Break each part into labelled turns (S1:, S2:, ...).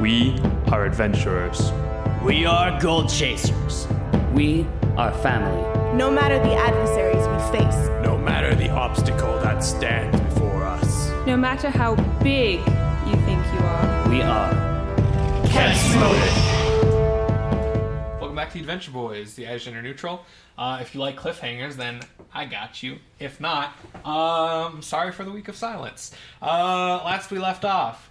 S1: We are adventurers.
S2: We are gold chasers.
S3: We are family.
S4: No matter the adversaries we face,
S5: No matter the obstacle that stands before us.
S6: No matter how big you think you are,
S3: We are.
S5: Catch motive!
S7: Welcome back to the Adventure Boys, the Azure Neutral. Uh, if you like cliffhangers, then I got you. If not, um, sorry for the week of silence. Uh, last we left off,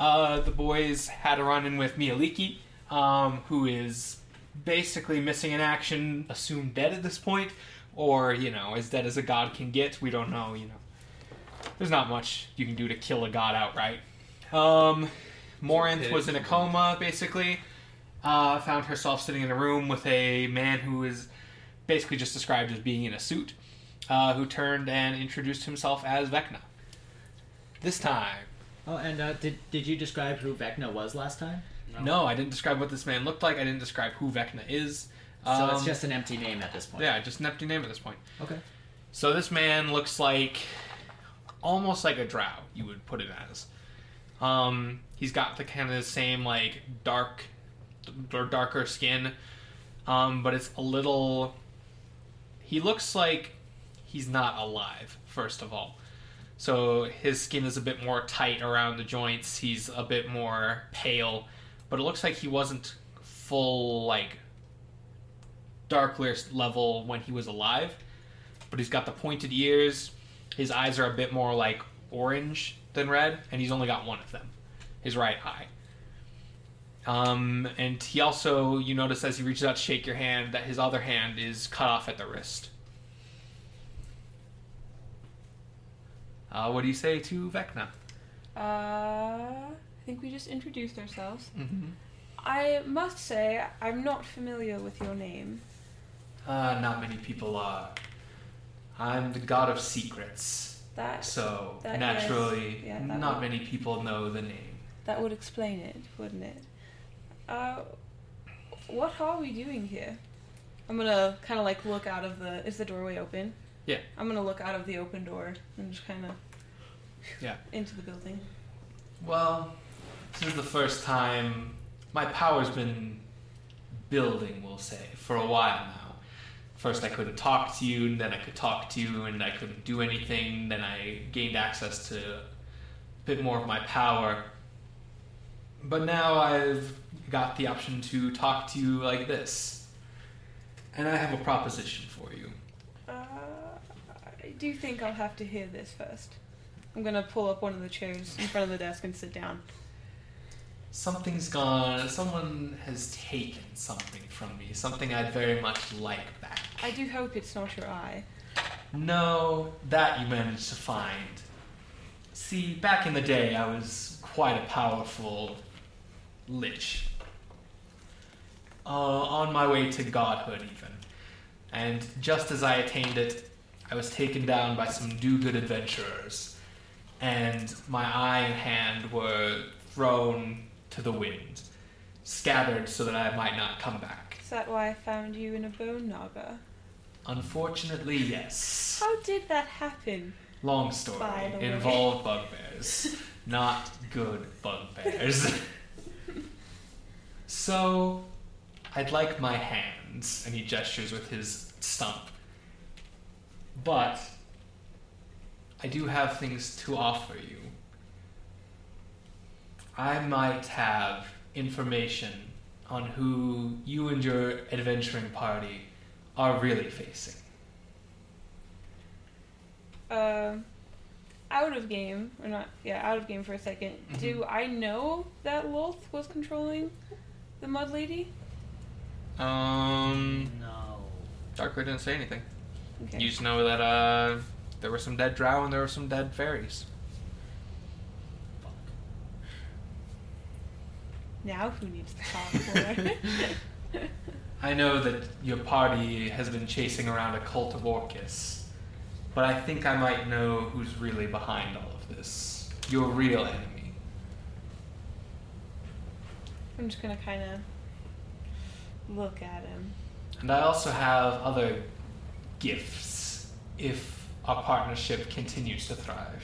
S7: uh, the boys had a run in with Miyaliki, um, who is basically missing in action, assumed dead at this point, or, you know, as dead as a god can get. We don't know, you know. There's not much you can do to kill a god outright. Um, Morinth was in a coma, basically uh, found herself sitting in a room with a man who is basically just described as being in a suit, uh, who turned and introduced himself as Vecna. This time.
S8: Oh, and uh, did did you describe who Vecna was last time?
S7: No, I didn't describe what this man looked like. I didn't describe who Vecna is.
S8: So
S7: Um,
S8: it's just an empty name at this point.
S7: Yeah, just an empty name at this point.
S8: Okay.
S7: So this man looks like almost like a drow, you would put it as. Um, he's got the kind of the same like dark or darker skin, um, but it's a little. He looks like he's not alive. First of all, so his skin is a bit more tight around the joints. He's a bit more pale, but it looks like he wasn't full like darkler level when he was alive but he's got the pointed ears. His eyes are a bit more like orange than red, and he's only got one of them, his right eye. Um, and he also, you notice as he reaches out to shake your hand, that his other hand is cut off at the wrist. Uh, what do you say to Vecna?
S6: uh, I think we just introduced ourselves.
S7: Mm-hmm.
S6: I must say, I'm not familiar with your name.
S7: Uh, not many people are. I'm the god of secrets,
S6: That
S7: so
S6: That- yes.
S7: naturally,
S6: Yeah, that
S7: not
S6: one.
S7: many people know the name.
S6: that would explain it, wouldn't it? Uh, what are we doing here? I'm gonna kind of like look out of the. Is the doorway open?
S7: Yeah.
S6: I'm gonna look out of the open door and just kind of.
S7: Yeah.
S6: Into the building.
S7: Well, this is the first time my power's been building, we'll say, for a while now. First, I couldn't talk to you, and then I could talk to you, and I couldn't do anything. Then I gained access to a bit more of my power. But now I've got the option to talk to you like this. And I have a proposition for you.
S6: Uh, I do think I'll have to hear this first. I'm gonna pull up one of the chairs in front of the desk and sit down.
S7: Something's gone. Someone has taken something from me. Something I'd very much like back.
S6: I do hope it's not your eye.
S7: No, that you managed to find. See, back in the day, I was quite a powerful lich. Uh, on my way to godhood, even. And just as I attained it, I was taken down by some do good adventurers. And my eye and hand were thrown to the wind, scattered so that I might not come back.
S6: Is that why I found you in a bone naga?
S7: Unfortunately, yes.
S6: How did that happen?
S7: Long story.
S6: By the way.
S7: Involved bugbears. Not good bugbears. so, I'd like my hands. And he gestures with his stump. But, I do have things to offer you. I might have information on who you and your adventuring party are really facing.
S6: Um, out of game, or not? Yeah, out of game for a 2nd Do I know that Lolth was controlling the Mud Lady?
S7: Um.
S8: No.
S7: Darkler didn't say anything.
S6: Okay.
S7: You just know that uh, there were some dead drow and there were some dead fairies.
S6: Now who needs to talk for?
S7: I know that your party has been chasing around a cult of Orcus, but I think I might know who's really behind all of this. Your real enemy.
S6: I'm just gonna kind of look at him.
S7: And I also have other gifts if our partnership continues to thrive.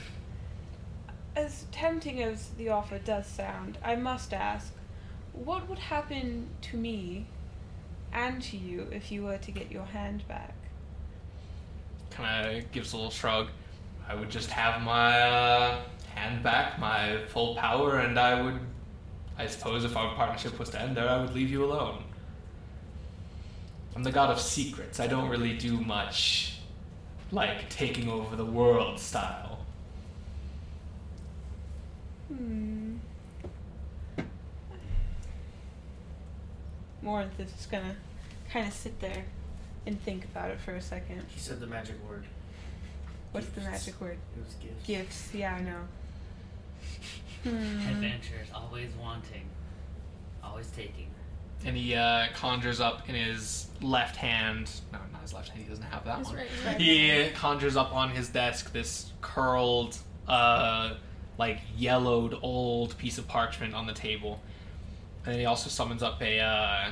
S6: as tempting as the offer does sound, I must ask, what would happen to me and to you if you were to get your hand back?
S7: Kind of gives a little shrug. I would just have my uh, hand back, my full power, and I would. I suppose if our partnership was to end there, I would leave you alone. I'm the god of secrets. I don't really do much like taking over the world style.
S6: Hmm. Morinth is just gonna kind of sit there and think about it for a second.
S9: He said the magic word.
S6: What's the
S9: Gifts.
S6: magic word?
S9: It was gifts.
S6: Gifts. Yeah, I know. Hmm.
S3: Adventures, always wanting, always taking.
S7: And he uh, conjures up in his left hand. No, not his left hand. He doesn't have that
S6: His
S7: one.
S6: right- his right
S7: He conjures up on his desk this curled, uh, like yellowed old piece of parchment on the table. And then he also summons up a uh,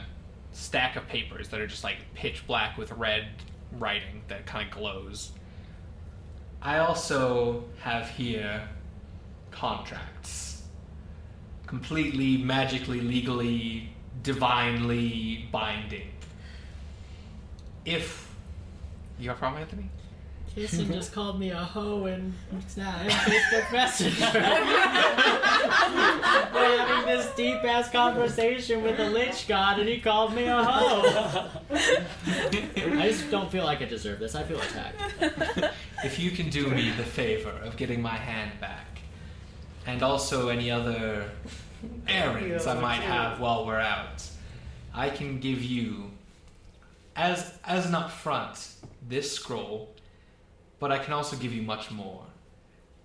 S7: stack of papers that are just like pitch black with red writing that kind of glows. I also have here contracts. Completely, magically, legally, divinely binding. If. You have a problem, Anthony?
S8: Jason just called me a hoe and I'm Facebook Messenger. We're having this deep ass conversation with the Lich God and he called me a hoe. I just don't feel like I deserve this. I feel attacked.
S7: If you can do me the favor of getting my hand back, and also any other errands I might have while we're out, I can give you, as as an upfront, this scroll, but I can also give you much more.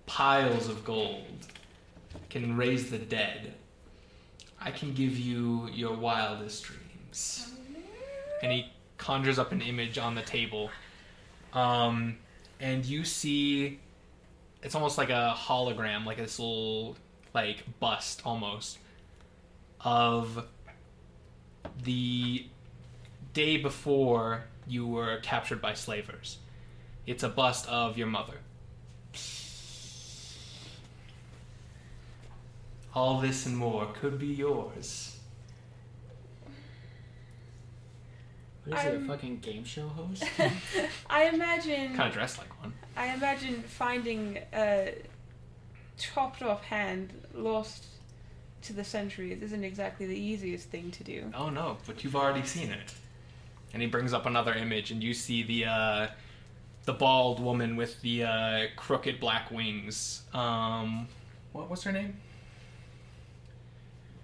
S7: Piles of gold can raise the dead. I can give you your wildest dreams. And he conjures up an image on the table. Um, and you see it's almost like a hologram like this little like bust almost of the day before you were captured by slavers it's a bust of your mother all this and more could be yours
S8: What is it, a
S6: I'm-
S8: fucking game show host?
S6: I imagine.
S7: kind of dressed like one
S6: I imagine finding a chopped off hand lost to the centuries isn't exactly the easiest thing to do.
S7: Oh no, but you've already seen it. And he brings up another image, and you see the uh, the bald woman with the uh, crooked black wings. Um, what was her name?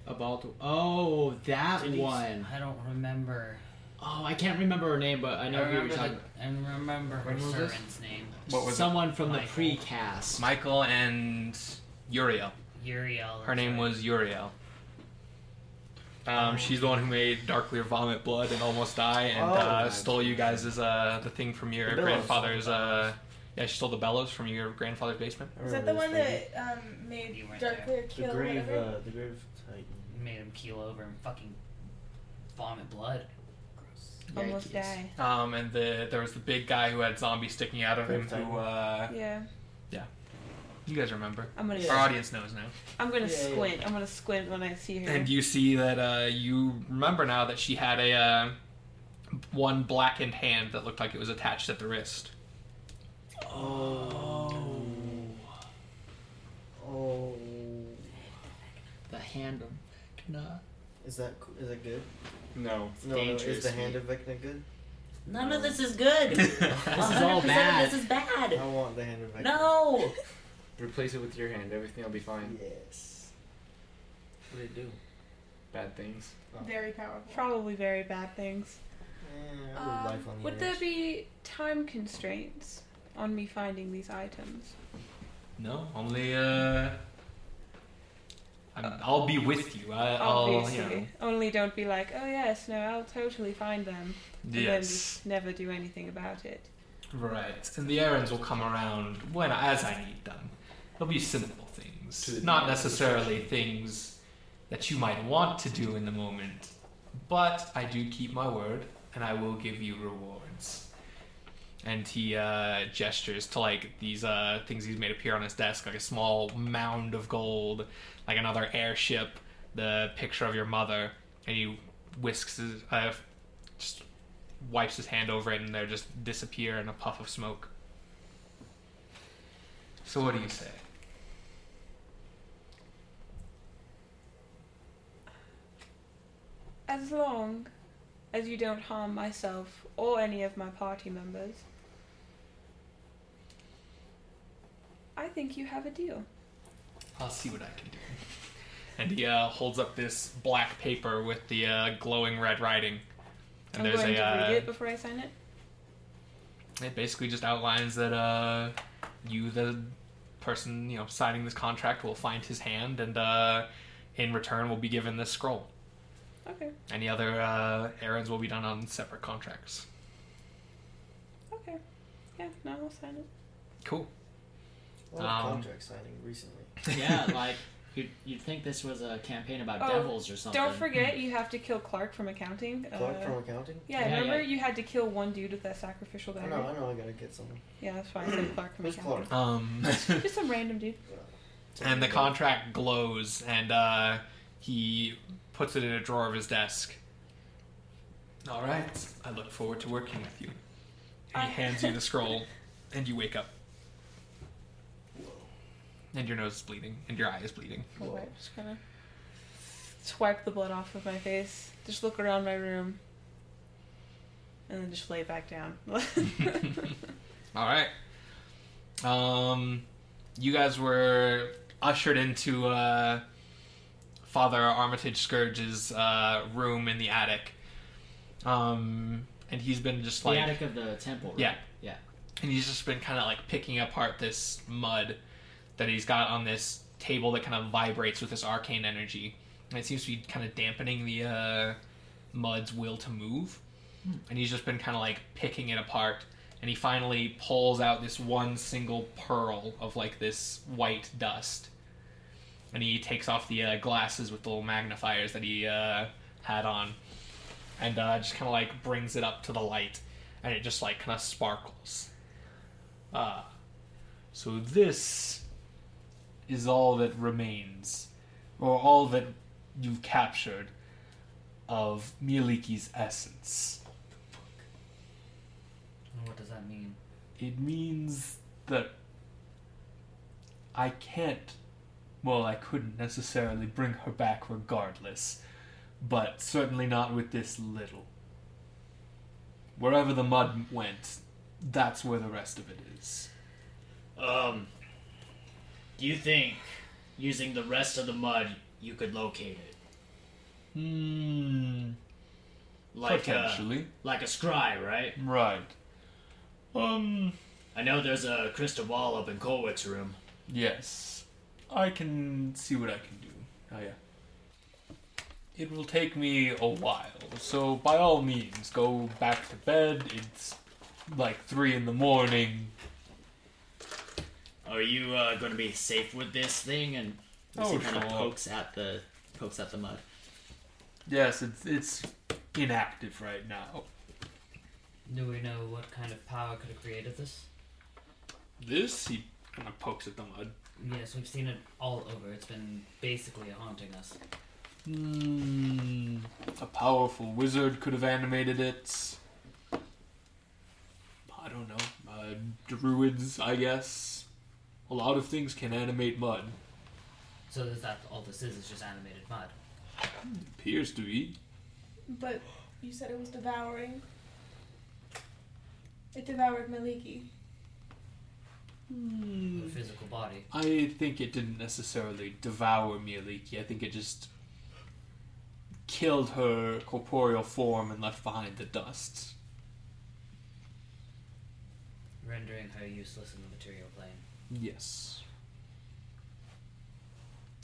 S8: About oh that
S9: Denise.
S8: one.
S3: I don't remember.
S8: Oh, I can't remember her name, but I know
S3: I
S8: who you're
S3: remember,
S8: talking.
S3: the, I remember her
S9: When was this?
S3: servant's name.
S7: What
S8: about.
S7: was
S8: Someone from the
S3: Michael.
S8: precast.
S7: it? Michael and Uriel.
S3: Uriel.
S7: Her name was Uriel. Um, she's the one who made Darklear vomit blood and almost die, and
S9: Oh.
S7: uh, stole you guys' uh, the thing from your
S9: The bellows.
S7: grandfather's. Uh, yeah, she stole the bellows from your grandfather's basement.
S9: I
S10: Is that
S9: remember
S10: the one
S9: this
S10: that
S9: thing.
S10: um, made
S3: You weren't
S10: Darklear kill
S9: The grave,
S10: whatever?
S9: uh, the grave titan.
S3: Made him keel over and fucking vomit blood. Gross.
S6: Almost
S8: Yikes.
S6: die.
S7: Um, and the there was the big guy who had zombies sticking out of him. Who uh,
S6: Yeah,
S7: you guys remember?
S6: I'm gonna.
S7: Our audience knows now.
S6: I'm gonna
S9: Yeah, yeah,
S6: squint. I'm gonna squint when I see her.
S7: And you see that uh, you remember now that she had a uh, one blackened hand that looked like it was attached at the wrist.
S9: Oh. Oh.
S8: The hand of Vecna.
S9: Is that co- is that good?
S5: No.
S9: No, no. Is
S7: dangerous.
S9: the hand of Vecna good?
S10: None of this is good.
S8: This is all bad.
S10: This is bad.
S9: I want the hand of Vecna.
S10: No.
S5: Replace it with your hand. Everything will be fine.
S9: Yes. What did it do?
S5: Bad things.
S10: Very powerful.
S6: Probably very bad things.
S9: Eh, I would
S6: Um,
S9: life on the
S6: would
S9: edge.
S6: there be time constraints on me finding these items?
S7: No, only uh, I'm, I'll be with you. I, I'll,
S6: Obviously.
S7: you know,
S6: Only don't be like, oh yes, no, I'll totally find them, and then
S7: yes,
S6: just never do anything about it.
S7: right. And the errands will come around when as I need them. They'll be simple
S5: To
S7: things,
S5: the-
S7: not necessarily things that you might want to do in the moment. But I do keep my word, and I will give you rewards. and he uh, gestures to like these uh, things he's made appear on his desk, like a small mound of gold, like another airship, the picture of your mother, and he whisks his, uh, just wipes his hand over it, and they just disappear in a puff of smoke. So what do you say?
S6: As long as you don't harm myself or any of my party members, I think you have a deal.
S7: I'll see what I can do. And he uh, holds up this black paper with the uh, glowing red writing. And
S6: I'm
S7: there's
S6: going
S7: a.
S6: to
S7: uh,
S6: read it before I sign it.
S7: It basically just outlines that uh, you, the person you know signing this contract, will find his hand, and uh, in return will be given this scroll.
S6: Okay,
S7: Any other uh, errands will be done on separate contracts.
S6: okay. Yeah, no, I'll sign it.
S7: Cool.
S9: A lot of
S7: Um,
S9: contract signing recently.
S8: yeah, like you'd, you'd think this was a campaign about
S6: Oh,
S8: devils or something.
S6: Don't forget,
S7: Hmm.
S6: you have to kill Clark from accounting.
S9: Clark
S6: uh,
S9: from accounting?
S6: yeah,
S8: Yeah,
S6: remember
S8: yeah.
S6: you had to kill one dude with that sacrificial
S9: I
S6: dagger?
S9: know, I know, I gotta get someone.
S6: Yeah, that's fine. I said Clark from
S9: Who's
S6: accounting.
S9: Clark?
S7: Um,
S6: Just some random dude.
S7: and the contract glows, and uh, he puts it in a drawer of his desk. All right. I look forward to working with you. And
S6: I-
S7: he hands you the scroll, and you wake up. And your nose is bleeding, and your eye is bleeding.
S6: Okay, just kind of swipe the blood off of my face. Just look around my room, and then just lay back down.
S7: All right. Um, you guys were ushered into uh, Father Armitage Scourge's uh, room in the attic. Um, and he's been just
S8: the
S7: like
S8: attic of the temple. Right?
S7: Yeah.
S8: yeah.
S7: and he's just been kind of like picking apart this mud that he's got on this table that kind of vibrates with this arcane energy and it seems to be kind of dampening the uh, mud's will to move and he's just been kind of like picking it apart and he finally pulls out this one single pearl of like this white dust and he takes off the uh, glasses with the little magnifiers that he uh, had on and uh, just kind of like brings it up to the light and it just like kind of sparkles Ah, so this is all that remains, or all that you've captured of Mieliki's essence.
S3: What does that mean?
S7: It means that I can't, well, I couldn't necessarily bring her back regardless, but certainly not with this little. Wherever the mud went, that's where the rest of it is.
S2: Um, do you think using the rest of the mud you could locate it?
S7: Hmm.
S2: Like uh, a,
S7: potentially.
S2: like a scry, right?
S7: Right. Um,
S2: I know there's a crystal ball up in Colwick's room.
S7: yes. I can see what I can do. Oh, yeah. It will take me a while, so by all means, go back to bed. It's like 3 in the morning.
S2: Are you uh, going to be safe with this thing? And
S8: As
S7: Oh,
S8: he kind of
S7: sure.
S8: pokes at the pokes at the mud.
S7: Yes, it's, it's inactive right now.
S3: Do we know what kind of power could have created this?
S7: This, he kind of pokes at the mud.
S3: Yes, we've seen it all over. It's been basically haunting us.
S7: Hmm. A powerful wizard could have animated it. I don't know. Uh, druids, I guess. A lot of things can animate mud.
S3: So is that all this is? It's just animated mud.
S7: Appears to be.
S10: But you said it was devouring. It devoured Maliki.
S3: A physical body.
S7: I think it didn't necessarily devour Mieliki. I think it just killed her corporeal form and left behind the dust.
S3: rendering her useless in the material plane.
S7: Yes.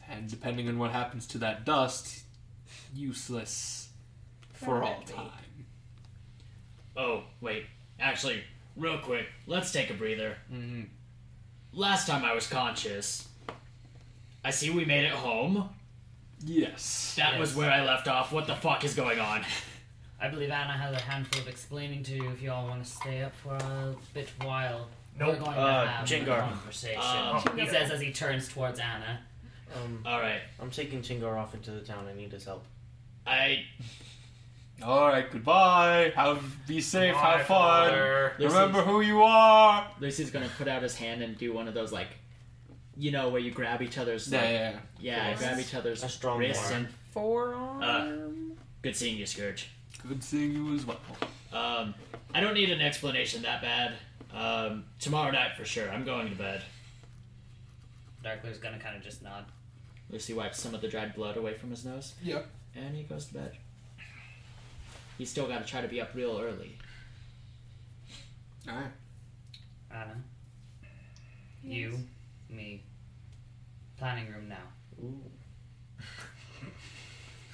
S7: And depending on what happens to that dust, useless for all
S4: Permanently.
S7: time.
S2: oh, wait. Actually, real quick, let's take a breather.
S7: Mm-hmm.
S2: Last time I was conscious, I see we made it home.
S7: Yes.
S2: That was
S3: Yes.
S2: where I left off. What the fuck is going on?
S3: I believe Anna has a handful of explaining to do if you all want to stay up for a bit while. We're
S2: Nope.
S3: going
S2: Uh,
S3: to have
S9: Jengar.
S3: a conversation.
S2: Uh,
S3: he says as he turns towards Anna.
S9: Um,
S2: All right.
S9: I'm taking Chingar off into the town. I need his help.
S2: I
S7: All right, goodbye. Have be safe. have fun. Remember
S8: Lucy's,
S7: who you are.
S8: Lucy's gonna put out his hand and do one of those like, you know, where you grab each other's.
S7: Yeah,
S8: like-
S7: yeah. yeah.
S8: yeah,
S9: Yes.
S8: grab each other's
S9: A strong
S8: wrists
S9: arm.
S8: and
S6: Forearm.
S2: good seeing you, Scourge.
S7: Good seeing you as well.
S2: Um, I don't need an explanation that bad. Um, tomorrow night for sure. I'm going to bed.
S3: Darkler's gonna kind of just nod.
S2: Lucy wipes some of the dried blood away from his nose,
S7: Yep.
S2: and he goes to bed. He's still got to try to be up real early.
S7: All right.
S3: Anna, you, me, planning room now.
S9: Ooh.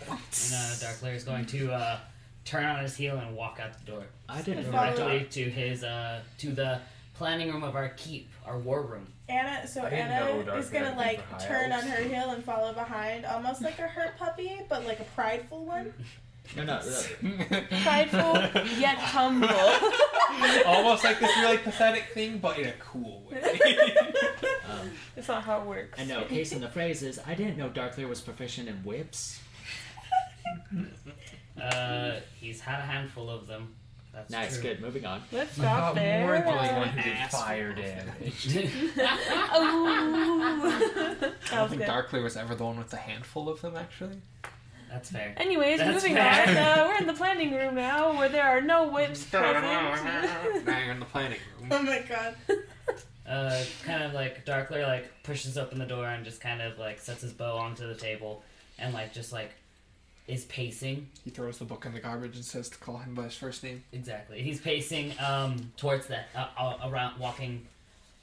S3: And uh, Darkler is going to uh, turn on his heel and walk out the door
S2: I didn't.
S10: Follow-
S3: directly to his uh, to the planning room of our keep, our war room.
S10: Anna, so
S1: I didn't know
S10: Anna
S1: Dark
S10: is gonna
S1: Knight was
S10: like
S1: for high
S10: turn on
S1: elves.
S10: her heel and follow behind, almost like a hurt puppy, but like a prideful one.
S8: no, no, no.
S6: Prideful yet humble.
S7: Almost like this really pathetic thing, but in a cool way.
S6: That's not how it works.
S2: I know. um, Case in the phrase is I didn't know Darkler was proficient in whips.
S3: Uh, he's had a handful of them. That's
S2: Nice.
S3: true.
S2: Good. Moving on.
S6: Let's stop there.
S1: who did
S2: Asshole.
S1: fire damage.
S6: Ooh.
S7: I
S6: that
S7: don't
S6: was
S7: think
S6: good.
S7: Darkly was ever the one with a handful of them, actually.
S3: That's fair.
S6: Anyways,
S3: That's
S6: moving
S3: fair.
S6: on. Uh, we're in the planning room now, where there are no whips present.
S7: now you're in the planning room.
S10: Oh my god.
S3: Uh, kind of like Darkler like pushes open the door and just kind of like sets his bow onto the table and like just like is pacing
S7: He throws the book in the garbage and says to call him by his first name.
S3: exactly. He's pacing um towards that uh, uh, around walking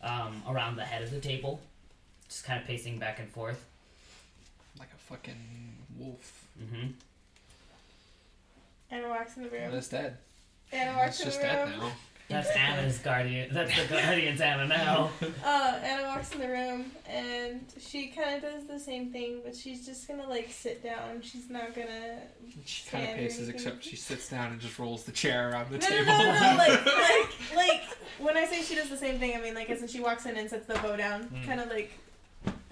S3: um around the head of the table, just kind of pacing back and forth.
S7: Like a fucking wolf.
S3: Mm-hmm.
S10: Anna walks in the room.
S7: That's dead.
S10: Anna
S7: That's
S10: walks in
S7: just
S10: the
S7: dead
S10: room.
S7: now.
S3: That's Anna's guardian. That's the guardian's Anna now.
S10: Uh, Anna walks in the room and she kind of does the same thing, but she's just gonna like sit down. She's not gonna.
S7: She kind of
S10: Stand
S7: paces,
S10: or anything.
S7: except she sits down and just rolls the chair around the
S10: No, no,
S7: table.
S10: no, no, no. Like, like, like, when I say she does the same thing, I mean, like, as in she walks in and sets the bow down,
S7: Hmm.
S10: kind of like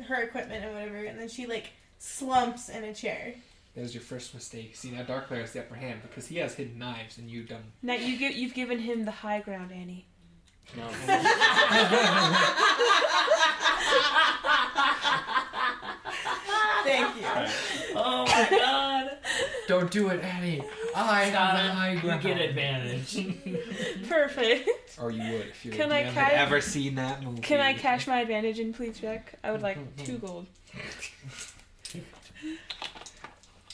S10: her equipment and whatever, and then she, like, slumps in a chair.
S7: There's your first mistake. See, now Darkler has the upper hand because he has hidden knives and you don't.
S6: Now you give, you've given him the high ground, Annie.
S2: No.
S10: Thank you.
S3: Oh my god!
S7: Don't do it, Annie! I
S3: Donna, you get advantage.
S6: Perfect.
S7: Or you would if you
S6: Can I
S7: haven't
S6: ca-
S7: ever seen that movie.
S6: Can I cash my advantage in, please, Jack? I would like two gold.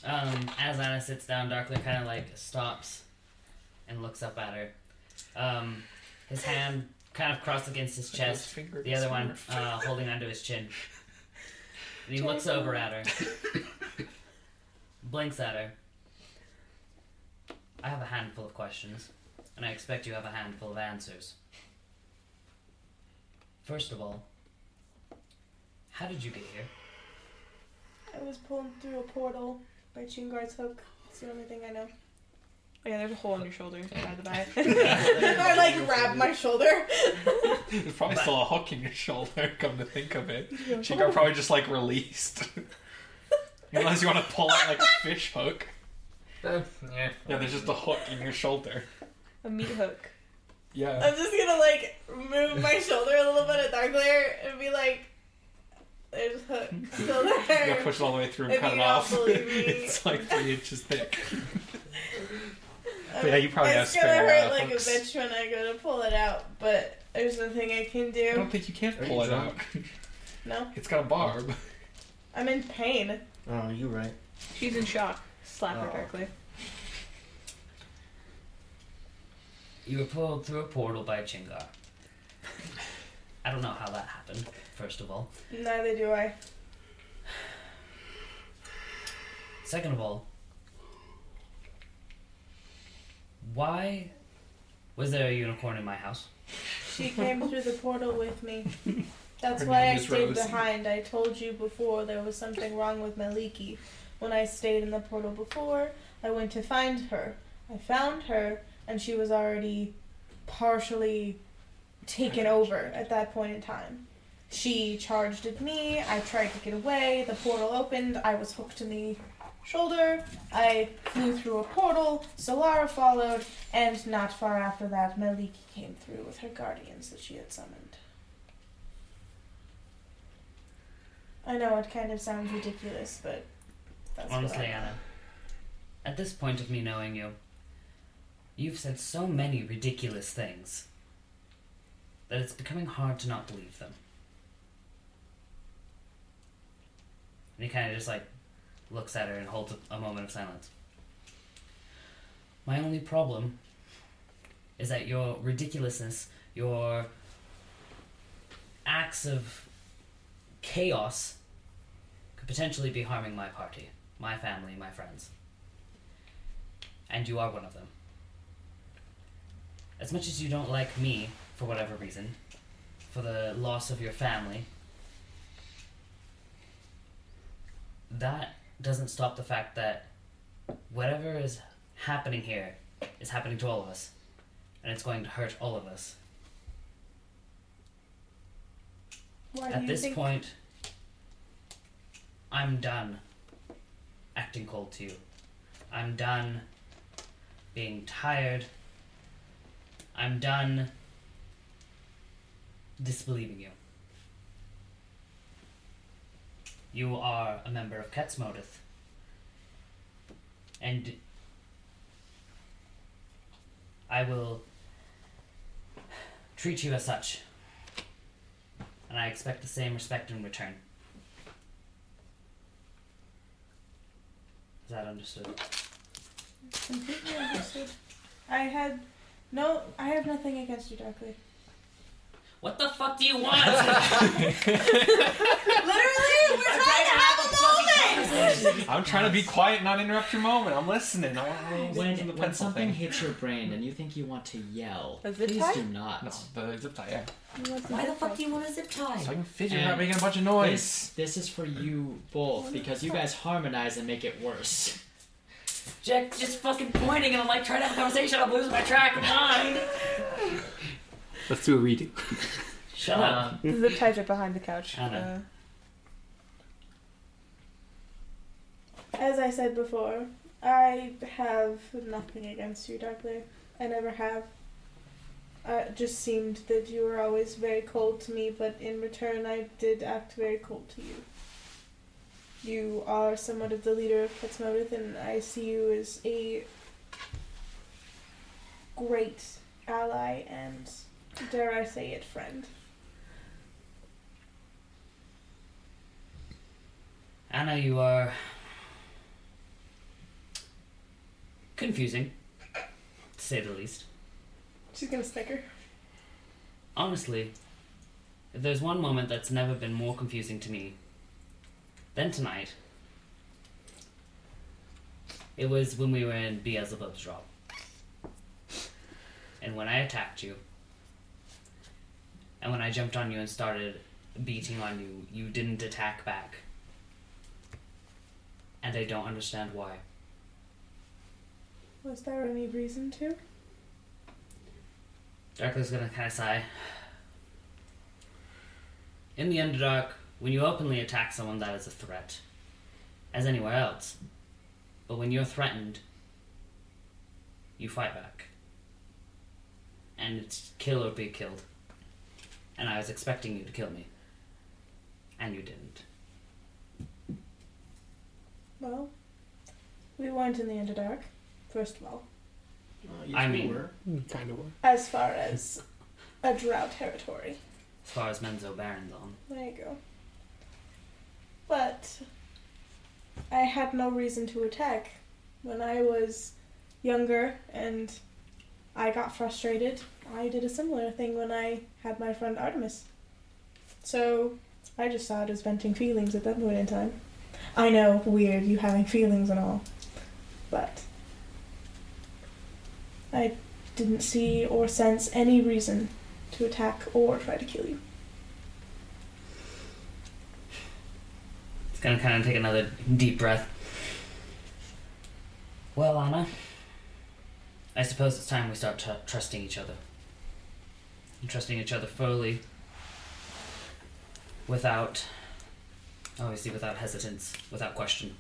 S3: Um, as Anna sits down, Darkler kind of like stops and looks up at her. Um, his hand kind of crossed against his chest,
S7: Fingers.
S3: the other one uh, holding onto his chin. And he looks over at her, blinks at her. I have a handful of questions, and I expect you have a handful of answers. First of all, how did you get here?
S10: I was pulled through a portal by Chingard's hook. It's the only thing I know.
S6: Oh, yeah, there's a hole on your shoulder, by the by.
S10: I, like, grabbed my shoulder.
S7: There's probably still a hook in your shoulder, come to think of it. She got probably just like released. Unless you want to pull out like a fish hook.
S9: Uh,
S1: yeah.
S7: Yeah, there's just a hook in your shoulder.
S6: a meat hook.
S7: Yeah.
S10: I'm just gonna, like, move my shoulder a little bit at dark layer and be like, there's a hook still
S7: You gotta
S10: there.
S7: push it all the way through and
S10: If
S7: cut it
S10: you don't
S7: off.
S10: believe me.
S7: it's like three inches thick.
S10: Um,
S7: But yeah, you probably have
S10: it's
S7: spare
S10: gonna hurt
S7: uh,
S10: like
S7: hooks.
S10: a bitch when I go to pull it out, but there's nothing I can
S7: I
S10: do.
S7: don't think you can
S9: Are you
S7: pull it out.
S9: drunk?
S10: No,
S7: It's got a barb.
S10: I'm in pain.
S9: Oh, you're right.
S6: She's in shock. Slap her
S9: Oh.
S6: directly.
S3: You were pulled through a portal by Chingar. I don't know how that happened, first of all.
S10: Neither do I.
S3: Second of all, why was there a unicorn in my house?
S10: She came through the portal with me. That's
S7: Her
S10: why
S7: name
S10: I
S7: is
S10: stayed
S7: Rosie.
S10: behind. I told you before there was something wrong with Maliki. When I stayed in the portal before, I went to find her. I found her, and she was already partially taken over at that point in time. She charged at me. I tried to get away. The portal opened. I was hooked in the shoulder. I flew through a portal. Solara followed, and not far after that, Maliki came through with her guardians that she had summoned. I know it kind of sounds ridiculous, but that's what I
S3: Honestly,
S10: know.
S3: Anna, at this point of me knowing you, you've said so many ridiculous things that it's becoming hard to not believe them. And he kind of just like looks at her and holds a, a moment of silence. My only problem is that your ridiculousness, your acts of chaos, could potentially be harming my party, my family, my friends. And you are one of them. As much as you don't like me, for whatever reason, for the loss of your family, that doesn't stop the fact that whatever is happening here is happening to all of us. And it's going to hurt all of us.
S10: Why do
S3: At
S10: you
S3: this
S10: think-
S3: point, I'm done acting cold to you. I'm done being tired. I'm done disbelieving you. You are a member of Ketzmodith. And I will treat you as such and I expect the same respect in return. Is that understood?
S10: Completely understood. I had no. I have nothing against you, Darkly.
S3: What the fuck do you want? I'm
S10: Literally, we're trying to have a moment.
S7: I'm trying to be quiet, not interrupt your moment. I'm listening. I want to know
S8: When,
S7: the
S8: when
S7: pencil
S8: something
S7: thing.
S8: hits your brain and you think you want to yell,
S6: A zip
S8: please
S6: tie?
S8: do not.
S7: No, the zip tie. Yeah.
S3: Why the fuck do you want a zip tie?
S7: So I can fidget
S8: And
S7: without making a bunch of noise.
S8: This this is for you both because you guys harmonize and make it worse.
S3: Jack just fucking pointing, and I'm like, try to have a conversation. I'm losing my track of mind.
S11: Let's do a redo.
S3: Shut up.
S6: The zip ties are behind the couch.
S3: I know.
S6: Uh,
S10: As I said before, I have nothing against you, Darkly. I never have. Uh, it just seemed that you were always very cold to me, but in return, I did act very cold to you. You are somewhat of the leader of Ketzmodith, and I see you as a great ally and, dare I say it, friend.
S3: Anna, you are confusing, to say the least.
S10: She's gonna snicker.
S3: honestly, if there's one moment that's never been more confusing to me than tonight, it was when we were in Beelzebub's drop. And when I attacked you, and when I jumped on you and started beating on you, you didn't attack back. And I don't understand why.
S10: Was there any reason to?
S3: Darko's gonna kind of sigh. In the Underdark, when you openly attack someone, that is a threat, as anywhere else. But when you're threatened, you fight back. And it's kill or be killed. And I was expecting you to kill me. And you didn't.
S10: Well, we weren't in the Underdark, first of all.
S3: I mean-
S11: Kind of work.
S10: As far as a drow territory.
S3: As far as Menzo Baron's on.
S10: There you go. But I had no reason to attack. When I was younger and I got frustrated, I did a similar thing when I had my friend Artemis. So I just saw it as venting feelings at that point in time. I know, weird, you having feelings and all. But I didn't see or sense any reason to attack or try to kill you.
S3: It's gonna kind of take another deep breath. Well, Anna, I suppose it's time we start tr- trusting each other. And trusting each other fully. Without. Obviously, without hesitance, without question.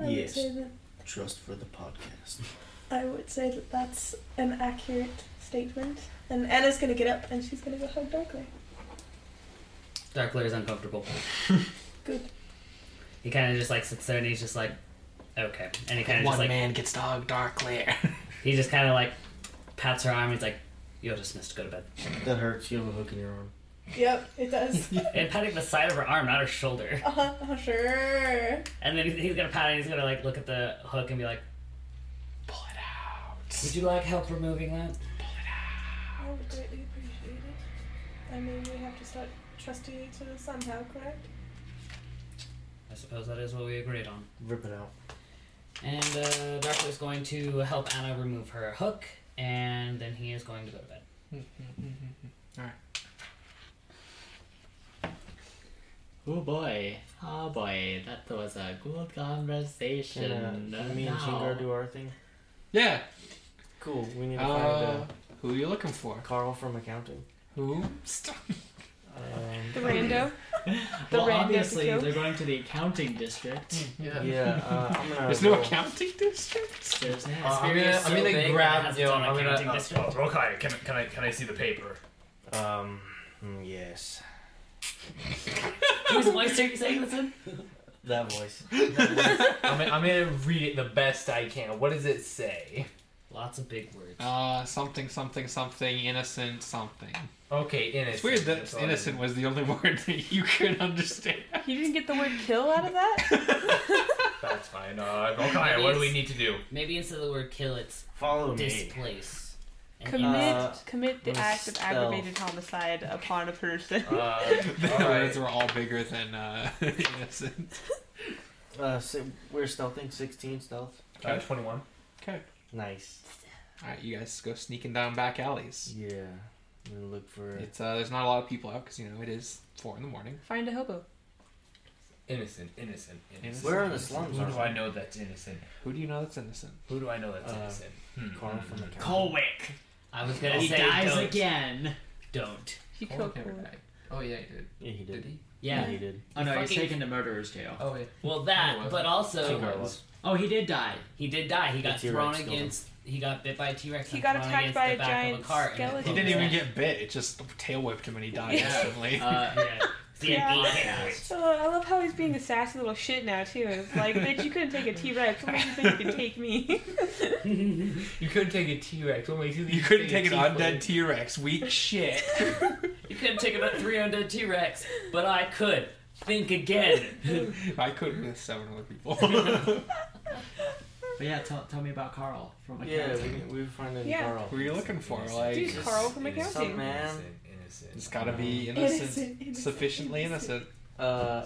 S12: I would
S9: Yes.
S12: say that
S9: Trust for the podcast.
S12: I would say that that's an accurate statement. And Anna's gonna get up and she's gonna go hug Darkly.
S3: Darkler is uncomfortable.
S12: Good.
S3: He kind of just like sits there and he's just like, okay. And he kind of just
S7: One
S3: like.
S7: man gets dog Darkler.
S3: He just kind of like pats her arm. He's like, "You're dismissed. Go to bed."
S9: That hurts. You have a hook in your arm.
S12: Yep, it does.
S3: and patting the side of her arm, not her shoulder.
S12: uh, sure.
S3: And then he's- he's gonna pat it. He's gonna like look at the hook and be like, "Pull it out." Would you like help removing that?
S12: I would greatly appreciate it. I mean, we have to start trusting each other somehow, correct?
S3: I suppose that is what we agreed on.
S9: Rip it out.
S3: And uh, Darkler is going to help Anna remove her hook, and then he is going to go to bed.
S7: All right.
S2: Oh boy.
S8: Ah,
S2: Oh boy. That was a good conversation.
S9: Can uh, me and
S2: Now-
S9: Shingar do our thing?
S7: Yeah.
S9: Cool. We need to find
S7: Uh,
S9: uh,
S7: who are you looking for?
S9: Carl from accounting.
S7: Who?
S9: Um,
S6: The rando. The
S2: well,
S6: rando
S2: obviously,
S6: to
S2: they're
S6: kill.
S2: going to the accounting
S1: Hmm.
S2: dict.
S9: Yeah. uh, I'm gonna
S7: There's no
S9: go-
S7: accounting district.
S2: There's no.
S1: Uh, I'm
S2: Asperia
S1: gonna,
S2: is so
S1: I'm gonna
S2: big that it
S1: grab
S2: has
S1: you.
S2: its own
S1: I'm gonna.
S2: accounting
S1: Uh,
S2: district.
S1: oh, Rokai, can, can I can I see the paper?
S9: Um. mm, Yes.
S3: Whose voice are you saying this in?
S9: That voice.
S1: I'm, gonna- I'm gonna read it the best I can. What does it say?
S3: Lots of big words.
S7: Uh, something, something, something, innocent, something.
S1: Okay, innocent.
S7: It's weird that
S1: That's all I
S7: innocent was the only word that you could understand.
S6: You didn't get the word kill out of that?
S1: need. That's fine. Uh, Rokai, what do we need to do?
S3: Maybe instead of the word "kill," it's
S9: Follow
S3: displace. And
S6: Commit
S9: Uh,
S6: commit the
S9: I'm a
S6: act of
S9: stealth.
S6: aggravated homicide upon a person.
S1: Uh,
S7: The words were all bigger than uh, innocent.
S9: Uh, si we're stealthing. 16 stealth.
S1: Uh, Twenty-one.
S7: Okay.
S9: Nice.
S7: All right, you guys go sneaking down back alleys.
S9: Yeah. I'm gonna look for.
S7: It's uh, there's not a lot of people out because you know it is four in the morning.
S6: Find a hobo.
S1: Innocent, innocent, innocent.
S9: We're in the
S1: innocent.
S9: slums,
S1: Who
S9: aren't
S1: do I know that's innocent?
S7: Who do you know that's innocent?
S1: Who do I know that's
S9: Uh,
S1: innocent? Hmm.
S9: Carl from accounting.
S2: Colwick.
S3: I was gonna
S2: he
S3: say
S2: dies
S3: don't,
S2: again.
S3: Don't.
S6: He
S1: Colin
S6: killed
S1: never
S6: her.
S1: died. Oh yeah, he did.
S9: Yeah, he did.
S1: Did he?
S3: Yeah.
S9: he did.
S2: Oh no, he's
S3: Fucking-
S2: taken to murderer's jail.
S1: Oh yeah.
S3: Well,
S1: No, it
S3: that,
S1: wasn't.
S3: but
S9: Shingar
S3: also
S9: was.
S2: Oh, he did die.
S3: he did die. He got
S9: The T-Rex
S3: thrown
S9: killed him.
S3: against. He got bit by a T Rex.
S6: He got attacked by a
S3: the back
S6: giant
S3: of a car and it
S6: skeleton.
S3: broke
S7: He
S6: He
S7: didn't
S3: his
S7: even get
S3: neck.
S7: bit. It just tail whipped him and he died
S6: Yeah.
S7: instantly.
S2: Uh,
S3: Yeah. See,
S6: Yeah.
S3: it beat him.
S6: So uh, I love how he's being a sassy little shit now too. It's like, bitch, you couldn't take a T Rex. What makes you think you could take me?
S1: You couldn't take a T Rex. What makes you? think
S7: you couldn't take an
S1: a
S7: undead T Rex. Weak shit.
S3: You could have taken out three undead T Rex, but I could. Think again.
S7: I couldn't with seven other people.
S2: but yeah, tell, tell me about Carl from
S9: Yeah,
S2: accounting.
S9: we, we were finding
S6: Yeah.
S9: Carl.
S7: Who are you looking for? Like,
S6: Dude,
S7: it's-
S6: Carl from
S1: Innocent,
S9: accounting. man.
S1: Innocent, innocent.
S7: it's gotta be innocent,
S12: Innocent, innocent,
S7: sufficiently innocent.
S9: Uh,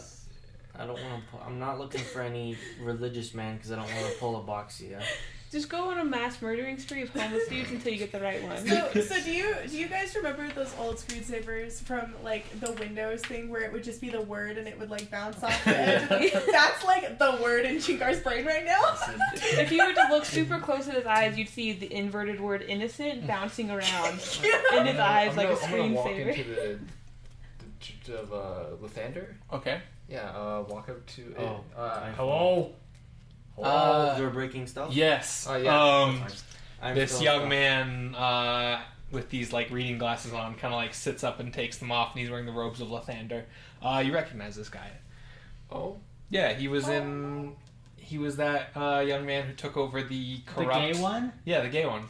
S9: I don't want to. Pull, I'm not looking for any religious man because I don't want to pull a box. Yeah.
S6: Just go on a mass murdering spree of homeless dudes until you get the right one.
S12: So, so do you do you guys remember those old screensavers from like the Windows thing where it would just be the word and it would like bounce off the edge? That's like the word in Chingar's brain right now.
S6: If you were to look super close at his eyes, you'd see the inverted word innocent bouncing around in his eyes like a
S1: I'm gonna walk into
S6: screensaver.
S1: the, the church of uh, Lathander.
S7: Okay.
S1: Yeah, uh, walk up to. it.
S9: Oh,
S1: uh,
S9: I-
S1: hello.
S9: Uh, you're breaking stealth.
S7: Yes.
S1: Oh, yeah.
S7: Um,
S1: That's
S9: I'm
S7: this
S9: still
S7: young
S9: stealth.
S7: man uh, with these like reading glasses on kind of like sits up and takes them off, and he's wearing the robes of Lathander. Uh, you recognize this guy?
S1: Oh,
S7: Yeah, he was in. He was that uh, young man who took over the
S2: the
S7: corrupt.
S2: gay one?
S7: Yeah, the gay one.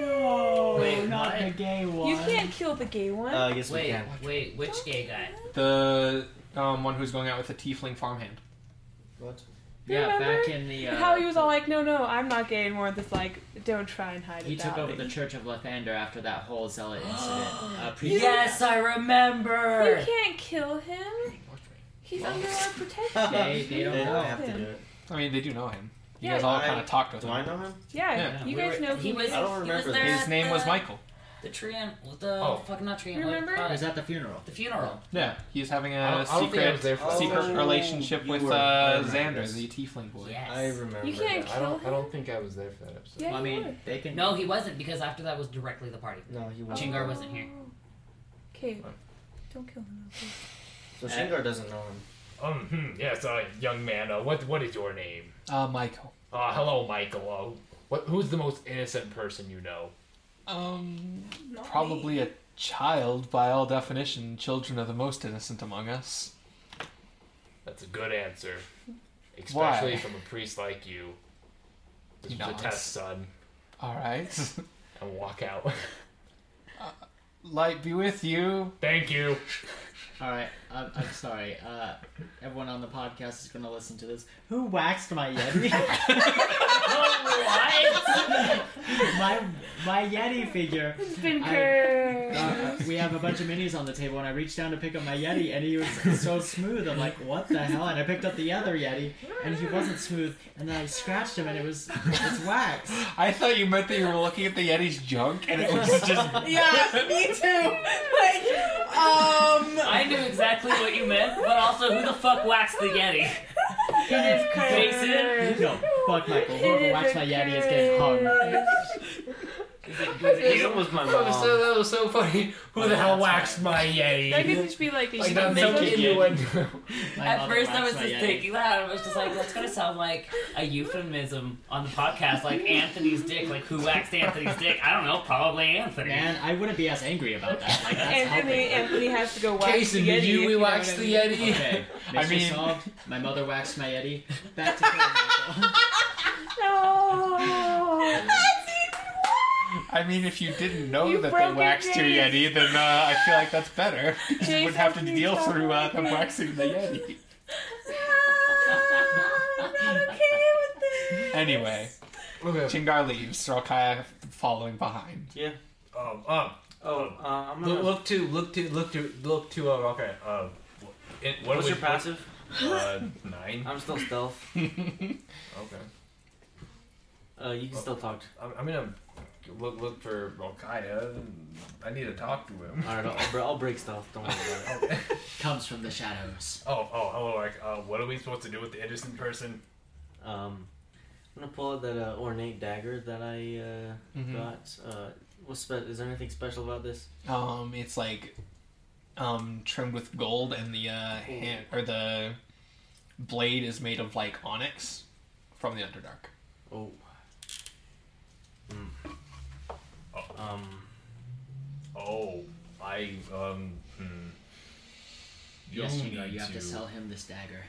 S2: No,
S3: Wait,
S2: not
S3: what?
S2: the gay one.
S6: You can't kill the gay one.
S9: Uh, yes, we
S3: Wait,
S9: can.
S3: wait, which gay guy?
S7: The um, one who's going out with the tiefling farmhand.
S9: What?
S2: Yeah,
S6: Remember?
S2: back in the. Uh,
S6: How he was all like, no, no, I'm not gay anymore. This like, don't try and hide it.
S2: He took
S6: out.
S2: over the Church of Lathander after that whole zealot incident. Uh, pre-
S3: Yes, I
S6: You
S3: remember.
S6: can't kill him. He's under our protection.
S2: They- they
S6: You
S2: don't
S9: They
S2: know.
S9: don't have to
S6: him.
S9: do it.
S7: I mean, they do know him. You
S6: Yeah,
S7: guys all
S9: I-
S7: kind of talked with
S9: Do
S7: him.
S9: I know him?
S6: Yeah,
S7: Yeah.
S6: you
S3: We
S6: guys
S3: were-
S6: know
S3: he
S6: who
S3: was.
S9: I don't
S3: he was
S9: remember
S3: there
S9: this.
S7: His
S3: at
S7: name was
S3: the-
S7: Michael.
S3: The tree and the
S7: Oh.
S3: fuck not tree and
S7: Remember?
S3: Uh,
S7: Is that the funeral?
S3: The funeral.
S7: Yeah, he's having
S1: I don't-
S7: a
S1: I don't think I was
S7: secret,
S1: there for that.
S7: secret
S1: Oh,
S7: relationship
S1: you
S7: with
S1: were. I
S7: uh,
S1: remember
S7: Xander,
S1: this.
S7: the tiefling boy.
S3: Yes.
S1: I remember.
S3: You can't
S1: that. I don't.
S3: kill
S1: I don't think I was there for that episode.
S3: Well, I mean, they can. No, he wasn't because after that was directly the party.
S9: No, he
S3: wasn't. Chingar wasn't here.
S6: Okay. Don't kill him. Okay.
S9: So Shingar doesn't know him.
S1: Um. Hmm, yes, uh, young man. Uh, what What is your name?
S7: Uh, Michael.
S1: Uh, hello, Michael. Uh, what? Who's the most innocent person you know?
S7: Um, probably a child by all definition. Children are the most innocent among us.
S1: That's a good answer,
S7: Why?
S1: especially from a priest like you. This
S7: He
S1: was a
S7: nods.
S1: test, son.
S7: All right.
S1: And walk out.
S7: Light be with you.
S1: Thank you.
S8: All right, I'm, I'm sorry. Uh, everyone on the podcast is going to listen to this. Who waxed my Yeti? my my Yeti figure. It's
S6: been
S8: cursed. we have a bunch of minis on the table, and I reached down to pick up my Yeti, and he was so smooth. I'm like, what the hell? And I picked up the other Yeti, and he
S6: Um,
S8: wasn't smooth. And then I scratched him, and it was it's wax.
S7: I thought you meant that you were looking at the Yeti's junk and it was just.
S12: yeah, me too. Like, um.
S3: I knew exactly what you meant, but also who the fuck waxed the Yeti?
S8: It is
S3: Jason?
S8: No, fuck Michael.
S3: It
S8: Whoever
S3: is
S8: waxed my Yeti is getting hung.
S9: It was my
S1: That was so,
S9: mom.
S1: that was so funny. Who the hell waxed my yeti?
S6: That could just be like a
S1: Like, that's
S6: euphemism.
S1: so innuendo.
S3: At first, I
S1: waxed
S3: was
S1: my
S3: just
S1: Yeti.
S3: thinking that. I was just like, that's gonna sound like a euphemism on the podcast, like Anthony's dick. Like, who waxed Anthony's dick? I don't know, probably Anthony.
S8: Man, I wouldn't be as angry about that. Like, that's
S6: Anthony,
S8: helping.
S6: Anthony has to go wax the Yeti. if know what I mean.
S8: Okay,
S7: I
S8: mystery
S7: mean-
S8: solved. My mother waxed my Yeti.
S6: No.
S7: I mean, if you didn't know
S6: You
S7: that they
S6: broke
S7: waxed your
S6: your
S7: Yeti, then uh, I feel like that's better. you
S6: Jason,
S7: wouldn't have to
S6: please
S7: deal
S6: don't
S7: through uh, them
S6: me.
S7: waxing the Yeti. Anyway, Chingar leaves, Sorokaya following behind.
S9: Yeah.
S1: Um, um,
S9: oh, uh, I'm gonna.
S1: Look, look to look to look to look to. Uh, okay. Uh, it, what was
S9: What's your passive?
S1: Uh, nine.
S9: I'm still stealth.
S1: okay.
S9: Uh, you can still talk.
S1: I'm, I'm gonna look look for Volkaya. I need to talk to him.
S9: Alright, I'll, br- I'll break stealth. Don't worry about it.
S8: Comes from the shadows.
S1: Oh, oh, hello, like, uh, what are we supposed to do with the innocent person?
S9: Um, I'm gonna pull out that uh, ornate dagger that I uh,
S7: Mhm.
S9: got. Uh, what's spe- is there anything special about this?
S7: Um, it's like um trimmed with gold, and the uh, hand or the blade is made of like onyx from the Underdark.
S9: Oh. Hmm. Um.
S1: Oh, I um. Hmm. You'll
S8: yes, you know,
S1: need
S8: you have to sell him this dagger.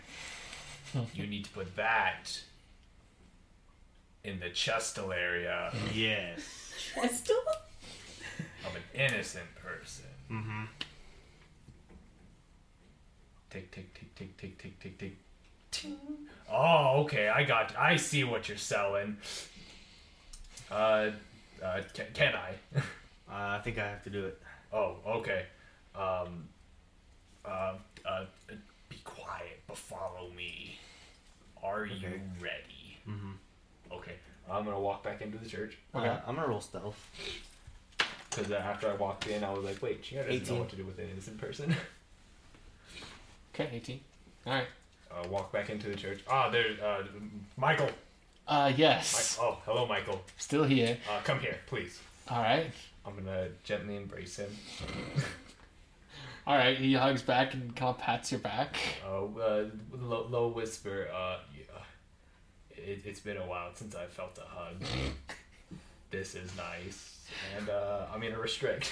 S1: You need to put that in the chestal area
S2: Yes.
S12: Chestal?
S1: of an innocent person.
S2: Mm-hmm.
S1: Tick tick tick tick tick tick tick tick. Oh, okay. I got. I see what you're selling. Uh, uh can, can I? uh,
S9: I think I have to do it.
S1: Oh, okay. Um, uh, uh, be quiet, but follow me. Are you
S9: Okay.
S1: ready?
S9: Mm-hmm.
S1: Okay. I'm gonna walk back into the church.
S9: Uh, I'm gonna roll stealth.
S1: Because after I walked in, I was like, wait, she doesn't
S9: 18.
S1: know what to do with an innocent person.
S7: Okay, eighteen. All right.
S1: uh, walk back into the church. Ah, there, uh, Michael.
S7: Uh, yes,
S1: Mi- oh, hello, Michael.
S7: still here.
S1: Uh, come here, please.
S7: All right.
S1: I'm gonna gently embrace him.
S7: All right. He hugs back and kind of pats your back.
S1: Uh, uh, low, low whisper. Uh, yeah. it, it's been a while since I felt a hug. this is nice, and uh, I'm gonna restrict.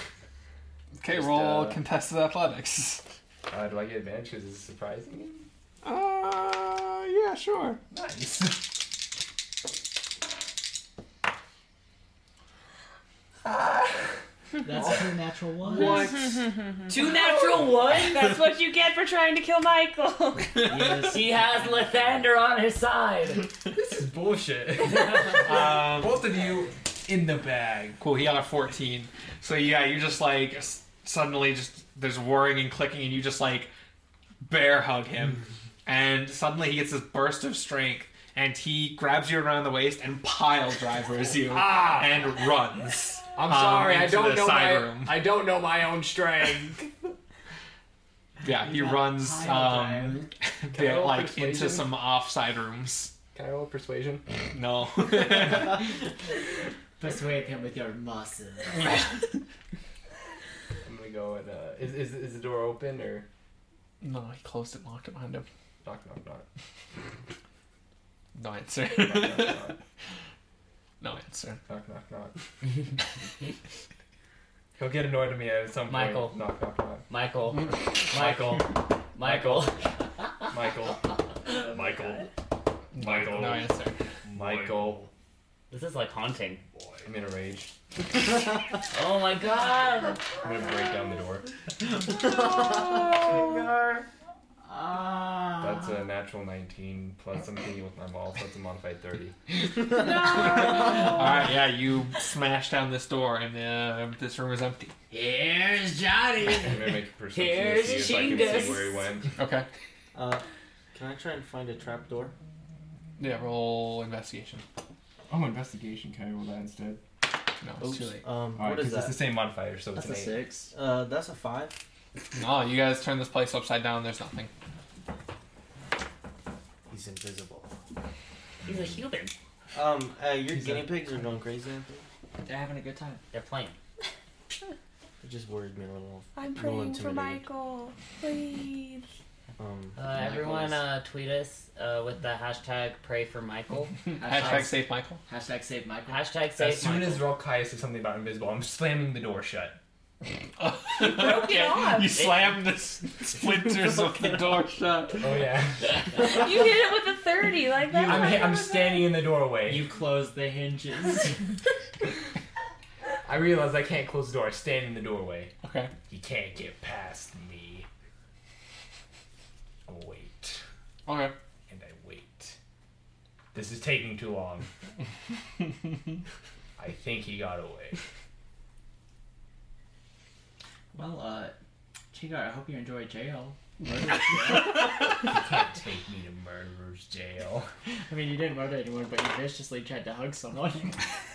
S7: Okay,
S1: Just,
S7: roll
S1: uh,
S7: contested athletics.
S1: Uh, do I get advantage because it's surprising?
S7: Uh, yeah, sure.
S1: Nice.
S8: That's a natural one.
S3: Two natural one?
S6: That's what you get for trying to kill Michael.
S3: He has Lathander on his side.
S1: this is bullshit.
S7: Um,
S1: Both of you in the bag.
S7: Cool, he got a 14. So yeah, you just like s- suddenly just there's whirring and clicking, and you just like bear hug him, and suddenly he gets this burst of strength, and he grabs you around the waist and pile drivers you
S1: Ah!
S7: and runs.
S13: I'm
S7: um,
S13: sorry, I
S7: into
S13: don't
S7: the
S13: know
S7: side
S13: my
S7: room.
S13: I don't know my own strength.
S7: Yeah, he
S13: Yeah.
S7: runs
S13: Hi,
S7: um,
S1: Can I
S7: bit,
S1: roll
S7: like
S1: persuasion?
S7: into some offside rooms.
S1: Can I roll persuasion?
S7: No.
S2: Persuade him with your muscles.
S1: I'm gonna go and uh, is, is is the door open or?
S7: No, he closed it, and locked it behind him.
S1: Knock knock knock.
S7: No answer.
S1: knock, knock, knock.
S7: no answer.
S1: Knock knock knock. He'll get annoyed at me at some
S3: Michael.
S1: point. Knock knock knock.
S3: Michael. Michael. Michael.
S1: Michael. Michael. Michael.
S7: No answer.
S1: Michael.
S3: This is like haunting.
S1: I'm in a rage.
S3: oh my god.
S1: I'm gonna break down the door. That's a natural 19 plus I'm thinking with my maul, so that's a modified 30.
S7: All right, yeah, you smash down this door, and uh, this room is empty.
S2: Here's Johnny.
S1: I'm gonna make a perception to see if I can see where he went.
S7: Okay.
S9: Uh, can I try and find a trap door?
S7: Yeah, roll investigation.
S1: Oh, investigation. Can I roll that instead?
S7: No, it's too late.
S9: Um,
S1: Alright,
S9: what
S1: 'cause
S9: is
S1: it's
S9: that?
S1: the same modifier, so it's
S9: that's a
S1: an eight.
S9: six. Uh, that's a five.
S7: Oh, you guys turn this place upside down. There's nothing.
S9: He's invisible.
S3: He's a human.
S9: Um, uh, your
S3: He's
S9: guinea
S3: a-
S9: pigs are going crazy, Anthony.
S2: They're having a good time.
S3: They're playing.
S9: It just worried me a little.
S6: I'm
S9: a little
S6: praying for
S9: intimidated.
S6: Michael. Please.
S9: Um,
S3: Uh, everyone uh, tweet us uh, with the hashtag pray for Michael.
S7: Hashtag save Michael.
S2: Hashtag save Michael.
S3: Hashtag save
S1: As soon
S3: Michael.
S1: as Rokai says something about invisible, I'm slamming the door shut.
S7: okay.
S6: off.
S7: You slam the s- splinters of the door shut.
S1: Oh yeah.
S6: You hit it with a 30. Like, that's
S1: I'm,
S6: how
S1: hi-
S6: you
S1: I'm
S6: would-
S1: standing in the doorway.
S2: You close the hinges.
S1: I realize I can't close the door. I stand in the doorway.
S7: Okay.
S1: He can't get past me. I'll wait.
S7: Okay.
S1: And I wait. This is taking too long. I think he got away.
S2: well, uh, Chigar, I hope you enjoy jail.
S1: He can't take me to murderer's jail.
S2: I mean, you didn't murder anyone, but you viciously tried to hug someone.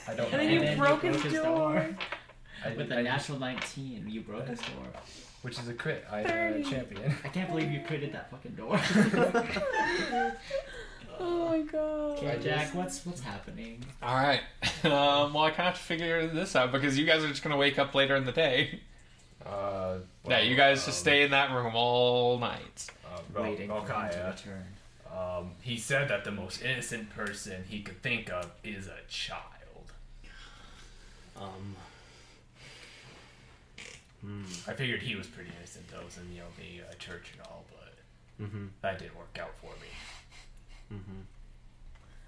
S1: I don't
S6: And
S1: know.
S6: then you
S2: And then you
S6: broke his
S2: broke his
S6: door.
S1: I,
S2: With
S1: I-
S2: a natural 19, you broke his door.
S1: which is a crit. I'm a champion.
S2: I can't believe you created that fucking door.
S6: Oh my god.
S2: okay, Jack, what's what's happening?
S7: All right. Um, well, I kind of figure this out because you guys are just gonna wake up later in the day.
S1: Uh,
S7: yeah, you guys just stay in that room all night.
S1: Uh, Ro-
S2: Waiting for him to
S1: Rokaya,
S2: return.
S1: um, he said that the most innocent person he could think of is a child.
S9: Um, Hmm.
S1: I figured he was pretty innocent though, was in you know the uh, church and all, but
S9: mm-hmm,
S1: that didn't work out for me.
S9: mm-hmm.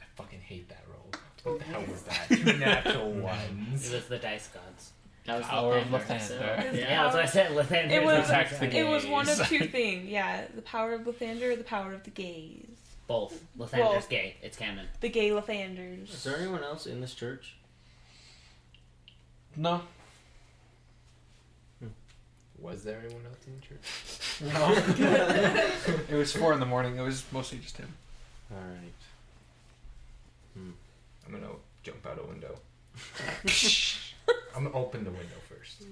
S1: I fucking hate that roll.
S14: Oh,
S1: What the hell was that? Two natural
S3: It
S1: ones.
S3: was the dice gods.
S2: That was
S7: Hour of
S2: Lathander, so-
S7: Lathander.
S3: Yeah, that's what I said. Lathander.
S6: It was-
S7: Protect the
S6: It was one of
S7: gaze.
S6: two things. Yeah, the power of Lathander or the power of the gays.
S3: Both. Lathander's
S6: Well-
S3: gay. It's canon.
S6: The gay Lathanders.
S9: Is there anyone else in this church?
S7: No.
S1: Was there anyone else in the church?
S7: No. it was four in the morning. It was mostly just him.
S9: All right.
S1: I'm gonna jump out a window. I'm gonna open the window first.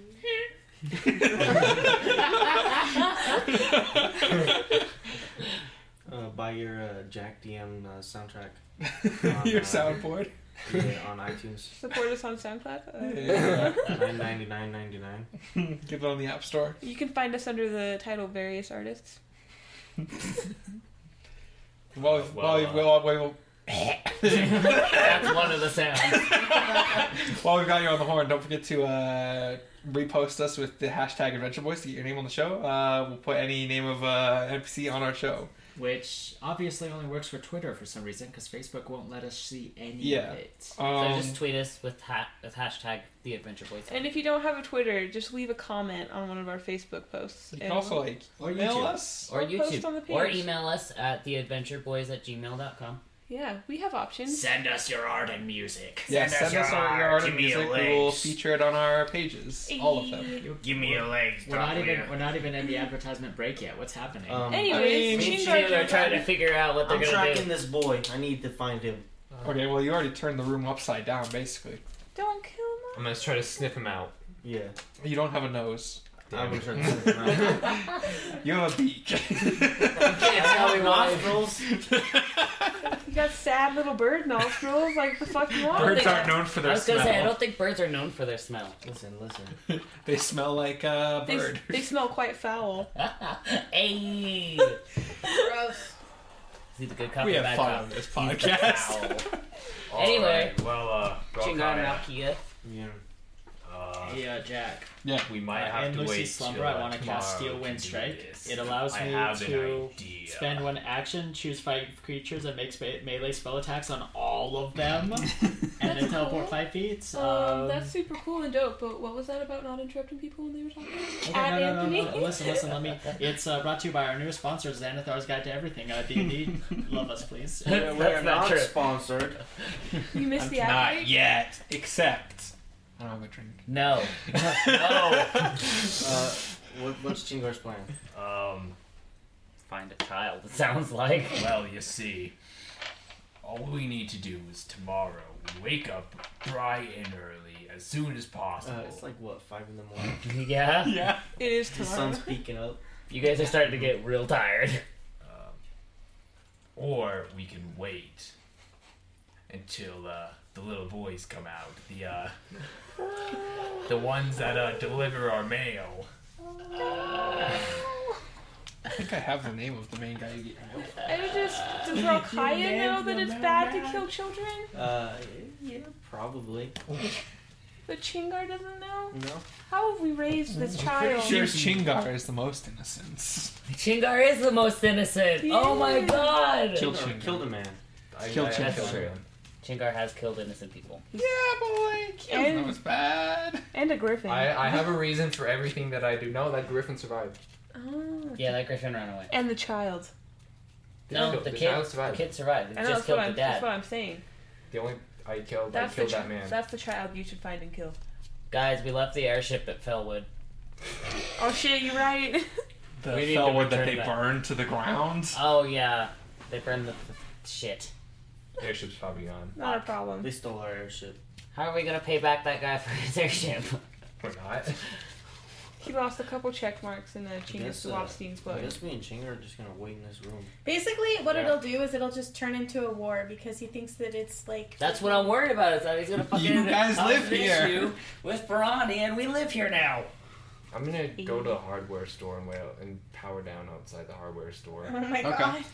S9: Uh, by your uh, Jack DM uh, soundtrack.
S7: Your
S9: uh,
S7: soundboard.
S9: yeah, on iTunes.
S6: Support us on SoundCloud. Uh,
S9: Nine ninety nine ninety nine.
S7: Give it on the app store.
S6: you can find us under the title Various Artists.
S7: Well,
S1: Well,
S7: well,
S1: uh,
S7: well, well,
S3: That's one of the sounds.
S7: While we've got you on the horn, don't forget to uh, repost us with the hashtag Adventure Boys to get your name on the show. Uh, we'll put any name of uh, NPC on our show.
S2: Which obviously only works for Twitter for some reason, because Facebook won't let us see any
S7: Yeah.
S2: of it.
S7: Um,
S3: so just tweet us with ha- with hashtag the Adventure Boys.
S6: And if you don't have a Twitter, just leave a comment on one of our Facebook posts.
S7: you
S6: and
S7: can also like
S2: Or
S7: email
S2: YouTube.
S7: us.
S3: or
S6: or post
S3: YouTube,
S6: on the
S3: or
S6: page.
S3: email us at theadventureboys at gmail.com.
S6: yeah, we have options.
S15: Send us your art and music.
S7: Yeah, send us our your art
S15: Give
S7: and
S15: me a
S7: music. We
S15: legs.
S7: will feature it on our pages, all of them.
S15: Give me your legs.
S2: We're not
S15: Doc
S2: even
S15: Leo.
S2: we're not even in the advertisement break yet. What's happening?
S9: Um,
S7: I mean,
S6: Anyways,
S3: Me
S6: Machine
S3: and
S6: Guard
S3: Shield are trying to figure out what they're
S9: I'm
S3: going to
S9: tracking
S3: do.
S9: this boy. I need to find him.
S7: Okay, well you already turned the room upside down, basically.
S6: Don't kill
S1: I'm gonna try to sniff him out.
S9: Yeah.
S7: You don't have a nose.
S9: Damn.
S7: I'm gonna try to sniff him out. you have a beak.
S3: nostrils.
S6: You got sad little bird nostrils, like the fuck you want.
S7: Birds aren't known for their
S3: I was gonna say I
S7: smell.
S3: don't think birds are known for their smell.
S9: Listen, listen.
S7: they smell like a
S6: They,
S7: bird.
S6: they smell quite foul.
S3: hey.
S6: Gross.
S3: Is he the good cop
S7: We
S3: or
S7: have
S3: bad
S7: fun
S3: cop?
S7: on this
S3: He's the
S7: podcast.
S3: foul.
S14: All
S3: anyway,
S14: right, Well, uh, Golgari,
S3: Chingarnakia.
S9: Yeah.
S14: uh,
S2: Hey, uh, Jack.
S7: Yeah,
S14: we might
S2: uh,
S14: have
S2: in
S14: to
S2: Lucy's
S14: wait
S2: slumber,
S14: till,
S2: I
S14: uh,
S2: want to cast
S14: tomorrow to
S2: Steel Wind
S14: do
S2: Strike.
S14: this.
S2: It allows
S14: I
S2: me
S14: have an
S2: to
S14: idea.
S2: spend one action, choose five creatures, and make spe- melee spell attacks on all of them, and then teleport five feet.
S6: Um, that's super cool and dope, but what was that about not interrupting people when they were talking?
S2: Um, Okay,
S6: Add
S2: no, no, no,
S6: Anthony.
S2: no, no. Listen, listen. Let me. It's uh, brought to you by our newest sponsor, Xanathar's Guide to Everything. Uh, D&D, love us, please.
S9: We're, we're not sponsored.
S6: You missed the ad
S7: Not
S6: break?
S7: yet, except I don't have a drink.
S3: No.
S9: Uh, what, what's Chingar's plan?
S14: Um,
S3: find a child. It sounds like.
S14: Well, you see, all we need to do is tomorrow wake up bright and early as soon as possible.
S9: Uh, it's like what five in the morning.
S3: Yeah.
S14: Yeah.
S6: It is
S9: The sun's peeking up.
S3: You guys are starting to get real tired.
S14: Or we can wait until uh, the little boys come out. The uh, the ones that uh, deliver our mail.
S7: I think I have the name of the main guy you get your milk from.
S6: And it just does
S9: You
S6: Rakaya know
S9: nailed
S6: that
S9: the
S6: it's
S9: man
S6: bad to
S9: back.
S6: kill children?
S9: Uh, yeah, probably.
S6: But Chingar doesn't know?
S9: No.
S6: How have we raised this child?
S7: Seems Chingar is the most innocent.
S3: Chingar is the most innocent. Oh my
S6: Yes.
S3: god.
S7: Kill Chingar.
S9: Killed a man.
S14: I-
S7: Kill
S14: I- I-
S7: Chingar.
S3: That's true. Chingar has killed innocent people.
S7: Yeah, boy. Kill
S6: And-
S7: that was bad.
S6: And a griffin.
S1: I, I have a reason for everything that I do. No, that griffin survived.
S6: Oh.
S3: Yeah, that griffin ran away.
S6: And the child.
S3: No,
S1: Kill-
S3: the,
S1: the
S3: kid.
S1: child
S3: The
S1: survived.
S3: kid survived. It
S6: I know,
S3: just
S6: that's, what
S3: killed
S6: I'm,
S3: the
S6: that's what
S3: dad.
S6: I'm saying.
S1: The only I killed,
S6: That's
S1: I
S6: the
S1: killed
S6: chi-
S1: that man.
S6: That's the child you should find and kill.
S3: Guys, we left the airship at Fellwood.
S6: Oh shit, you're right.
S7: The
S3: We need to
S7: fellwood that
S3: return
S7: they
S3: that.
S7: burned to the ground.
S3: Oh yeah, they burned the, the shit.
S1: Airship's probably gone.
S6: Not a problem.
S9: They stole our airship.
S3: How are we gonna pay back that guy for his airship?
S1: We're not.
S6: He lost a couple check marks in the
S9: I
S6: Chingar
S9: guess, uh,
S6: Swabstein's book.
S9: I guess me and Chingar are just gonna wait in this room.
S10: Basically, what
S9: Yeah.
S10: it'll do is it'll just turn into a war because he thinks that it's like
S3: That's what I'm worried about. Is that he's gonna fucking
S7: You guys
S3: cause
S7: live
S3: an
S7: here.
S3: issue with Ferrani, and we live here now.
S1: I'm gonna go to a hardware store and wait out- and power down outside the hardware store.
S10: Oh my
S7: Okay.
S10: god.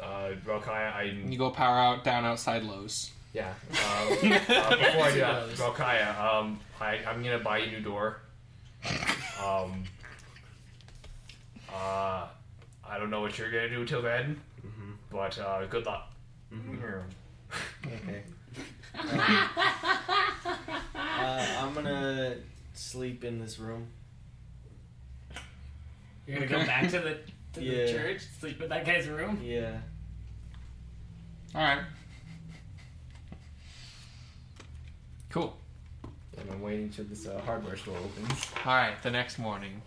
S1: Uh, Rokaya, I
S7: You go power out down outside Lowe's.
S1: yeah. Um, uh, before I do that, Rokaya, um, I I'm gonna buy you a new door. Um. Uh, I don't know what you're gonna do till then,
S9: Mm-hmm.
S1: but uh, good luck.
S9: Okay. Uh, I'm gonna sleep in this room.
S3: You're gonna go back to the to
S9: Yeah.
S3: the church, sleep in that guy's room.
S9: Yeah.
S7: All right. Cool.
S1: And I'm waiting till this uh, hardware store opens.
S7: All right. The next morning.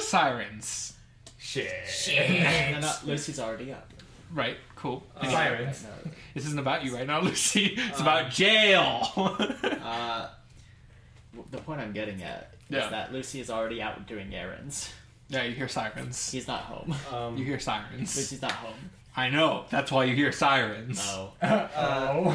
S7: Sirens.
S1: Shit.
S2: And then, uh, Lucy's already up.
S7: Right. Cool. Anyway,
S1: Sirens.
S7: This isn't about you right now, Lucy. It's about jail.
S2: Uh, w- the point I'm getting at
S7: Yeah.
S2: is that Lucy is already out doing errands.
S7: yeah, you hear sirens.
S2: He's not home.
S9: Um,
S7: You hear sirens.
S2: Lucy's not home.
S7: I know. That's why you hear sirens.
S2: No.
S9: uh,
S7: Uh,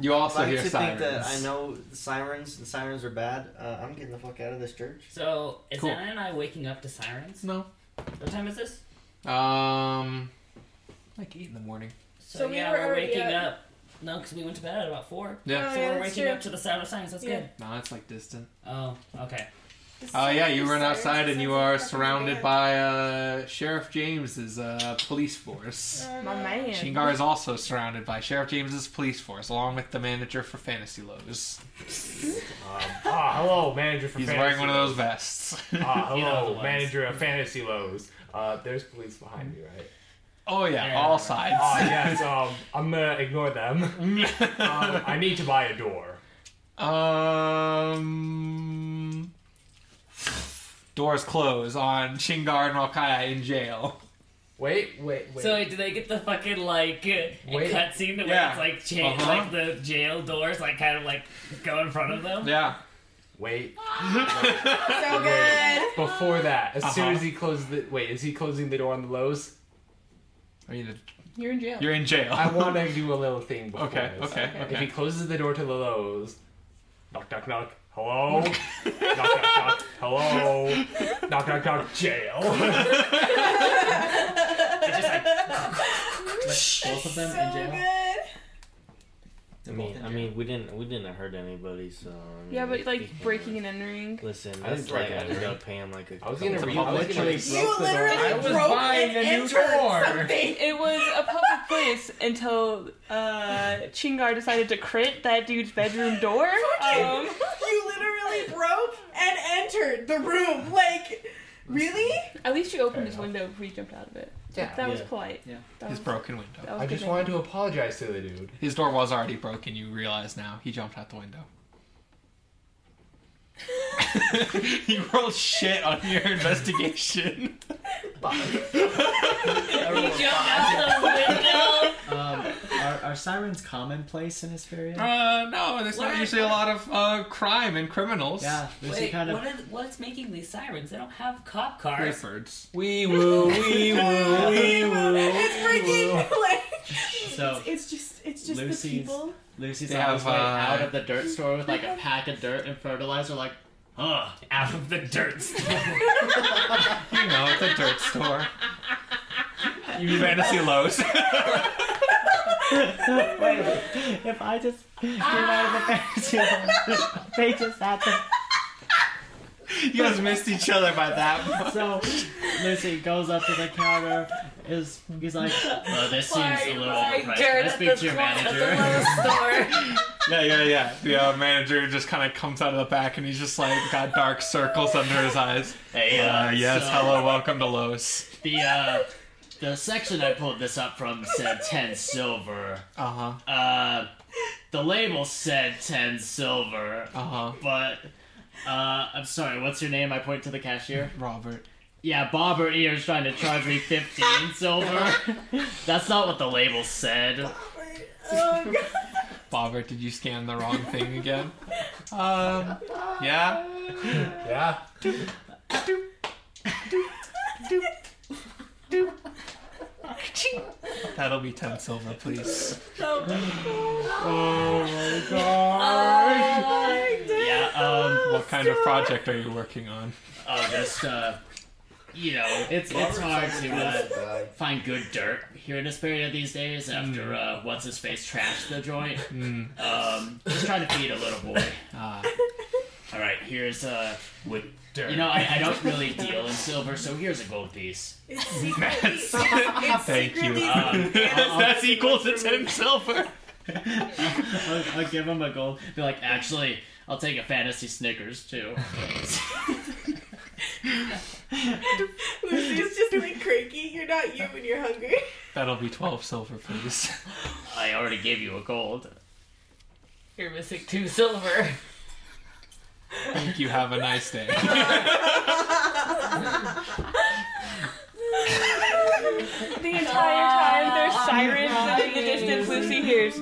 S7: You also
S9: I like
S7: hear
S9: to think
S7: sirens.
S9: that I know sirens. The sirens are bad. Uh, I'm getting the fuck out of this church.
S3: So is
S7: Cool.
S3: Anna and I waking up to sirens?
S7: No.
S3: What time is this?
S7: Um, like eight in the morning.
S3: So,
S10: So we
S3: yeah,
S10: were
S3: we are
S10: already
S3: waking
S10: up.
S3: up. No, because we went to bed at about four.
S7: Yeah.
S10: Oh,
S3: So
S10: yeah,
S3: we're
S10: that's
S3: waking
S10: true.
S3: up to the sound of sirens. That's
S10: Yeah.
S3: good.
S7: No, it's like distant.
S3: Oh, okay.
S7: Oh yeah, you run outside and you are surrounded by uh, Sheriff James's uh, police force.
S6: My man.
S7: Shingar is also surrounded by Sheriff James's police force, along with the manager for Fantasy Lows.
S1: Um, ah, hello, manager for
S7: He's
S1: Fantasy
S7: wearing one of
S1: Lows.
S7: those vests.
S1: Ah,
S3: You know the
S1: hello,
S3: ones.
S1: manager of Fantasy Lows. Uh, there's police behind me, right?
S7: oh yeah,
S3: Yeah.
S7: all sides.
S1: Ah, yes. Um, I'm gonna ignore them. Um, I need to buy a door.
S7: um, doors close on Shingar and Rakaya in jail.
S1: Wait, wait, wait.
S3: So do they get the fucking like uh,
S1: Wait.
S3: cutscene where
S1: Yeah.
S3: it's like cha-
S1: Uh-huh.
S3: like the jail doors like kind of like go in front of them?
S7: Yeah.
S1: Wait.
S16: so
S1: good. Before that, as soon
S7: Uh-huh.
S1: as he closes the wait, is he closing the door on the lows?
S7: I mean,
S16: You're in jail.
S7: You're in jail.
S1: I want to do a little thing. Before
S7: Okay,
S1: this.
S7: okay, okay.
S1: If he closes the door to the lows, knock, knock, knock. Hello. knock, knock, knock. Hello. knock, knock, knock. Jail.
S3: both of them in jail.
S9: I mean, I mean, we didn't we didn't hurt anybody, so. I mean,
S6: Yeah, but like
S9: speaking of-
S6: breaking and entering.
S9: Listen,
S1: I
S9: that's
S1: didn't break
S9: like I just
S1: anything.
S9: gotta pay him like a.
S1: I was gonna
S9: couple
S1: read- I was
S9: bucks.
S1: gonna read-
S16: You
S1: broke the door.
S16: literally
S1: I was
S16: broke
S1: buying
S16: an
S1: a new
S16: entrance
S1: door.
S16: something.
S6: It was a public place until uh, Chingar decided to crit that dude's bedroom door. Um,
S10: you literally broke and entered the room. Like, really?
S6: at least you opened his window before you jumped out of it.
S1: Yeah.
S6: that was
S1: Yeah.
S6: polite.
S7: Yeah,
S6: that
S7: his
S6: was,
S7: broken window.
S6: that was
S1: I
S6: good
S1: just
S6: thinking.
S1: wanted to apologize to the dude.
S7: His door was already broken. You realize now. He jumped out the window. he rolled shit on your investigation.
S2: Um, are, are sirens commonplace in Hesperia?
S3: Oh,
S7: Uh, no, there's not
S3: What?
S7: usually a lot of uh, crime and criminals.
S2: Yeah, there's a
S3: Wait,
S2: kind of
S3: what are, what's making these sirens? They don't have cop cars.
S7: Clifford's.
S1: Wee woo, wee woo, wee woo.
S10: It's freaking like
S2: so
S10: it's just it's just the
S2: Lucy's
S10: people.
S2: Lucy's
S7: They
S2: on his
S7: have,
S2: way
S7: uh,
S2: out of the dirt store with like a pack of dirt and fertilizer, like, huh,
S3: out of the dirt store.
S7: You know, it's a dirt store. You fantasy lows.
S2: Wait, if I just get out of the
S3: Ah.
S2: fantasy world, they just have to.
S7: you guys missed each other by that. much.
S2: So Lucy goes up to the counter. Is he's like, well, this seems a little overpriced. Let's speak to your manager.
S7: Yeah, yeah, yeah. The uh, manager just kind of comes out of the back and he's just like got dark circles under his eyes.
S2: Hey, uh,
S7: uh, yes,
S2: so-
S7: hello, welcome to Los.
S2: the uh, the section I pulled this up from said ten silver.
S7: Uh huh.
S2: Uh, the label said ten silver.
S7: Uh huh.
S2: But uh, I'm sorry. What's your name? I point to the cashier.
S7: Robert.
S2: Yeah, Bobber Ear's trying to charge me fifteen silver. That's not what the label said.
S10: Oh, God.
S7: Bobber, did you scan the wrong thing again? Um, yeah.
S1: Yeah.
S7: That'll be 10 silver, please.
S2: Oh my Yeah. Um.
S7: What kind of project are you working on?
S2: Oh, just uh. You know, it's it's hard to uh, find good dirt here in Asperia these days. After uh, what's his face trashed the joint.
S7: Mm.
S2: Um. Just trying to feed a little boy. Ah.
S7: Uh,
S2: All right. Here's uh. Wood. You know, I, I don't really deal in silver, so here's a gold piece.
S10: It's secretly, it's, it's
S7: Thank you.
S10: secretly
S2: Um,
S7: That's equal to 10 silver.
S2: I'll, I'll give him a gold. Be like, actually, I'll take a fantasy Snickers too.
S10: Lucy's just like cranky. You're not you when you're hungry.
S7: That'll be 12 silver, please.
S2: I already gave you a gold.
S3: You're missing two silver.
S7: Thank you. Have a nice day.
S6: The entire time there's sirens and in the distance Lucy hears.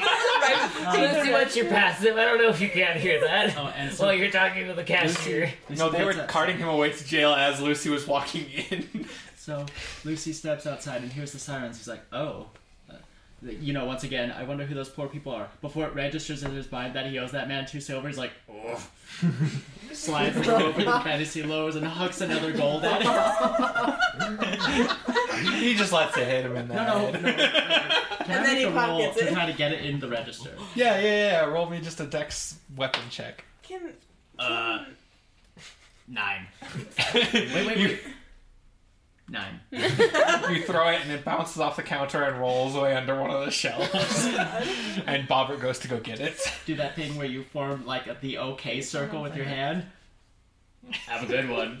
S3: Lucy, what's your passive? I don't know if you can hear that.
S2: Oh, and so
S3: Well, you're talking to the cashier.
S7: No, they were carting him away to jail as Lucy was walking in.
S2: So Lucy steps outside and hears the sirens. He's like, oh. Uh, You know, once again, I wonder who those poor people are. Before it registers in his mind that he owes that man two silver, he's like, ugh. Slides it over the fantasy lowers and hucks another gold at it.
S7: He just lets it hit him in the
S2: No, no, no.
S7: head.
S2: no. Can
S10: And
S2: I
S10: then
S2: make
S10: he
S2: a roll
S10: pockets
S2: to
S10: it.
S2: try to get it in the register?
S7: Yeah, yeah, yeah. Roll me just a dex weapon check.
S10: Can
S2: Uh, nine. Wait, wait,
S7: You-
S2: wait. Nine.
S7: You throw it and it bounces off the counter and rolls away under one of the shelves. and Bobbert goes to go get it.
S2: Do that thing where you form like the OK circle with your hand.
S17: Have a good one.
S7: Um,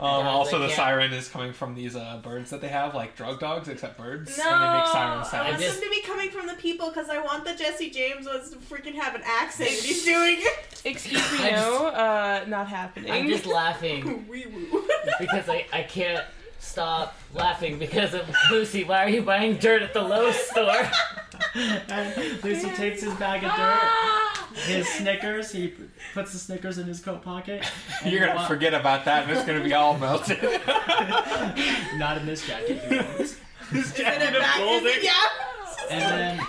S17: Dogs that
S7: also, the
S17: can't-
S7: siren is coming from these uh, birds that they have, like drug dogs, except birds,
S10: No,
S7: and they make siren
S10: I
S7: sounds.
S10: want them to be coming from the people because I want the Jesse James ones to freaking have an accent. and He's doing it.
S6: Excuse me,
S10: I just-
S6: no, uh, not happening.
S10: I'm just
S6: laughing.
S2: because I, I can't stop laughing because of Lucy. Why are you buying dirt at the Lowe's store? Lucy takes his bag of dirt, his Snickers. He p- puts the Snickers in his coat pocket. and
S7: You're gonna
S2: wa-
S7: forget about that, and it's gonna be all melted.
S2: Not in this jacket.
S7: this
S10: jacket
S7: of folding.
S2: And then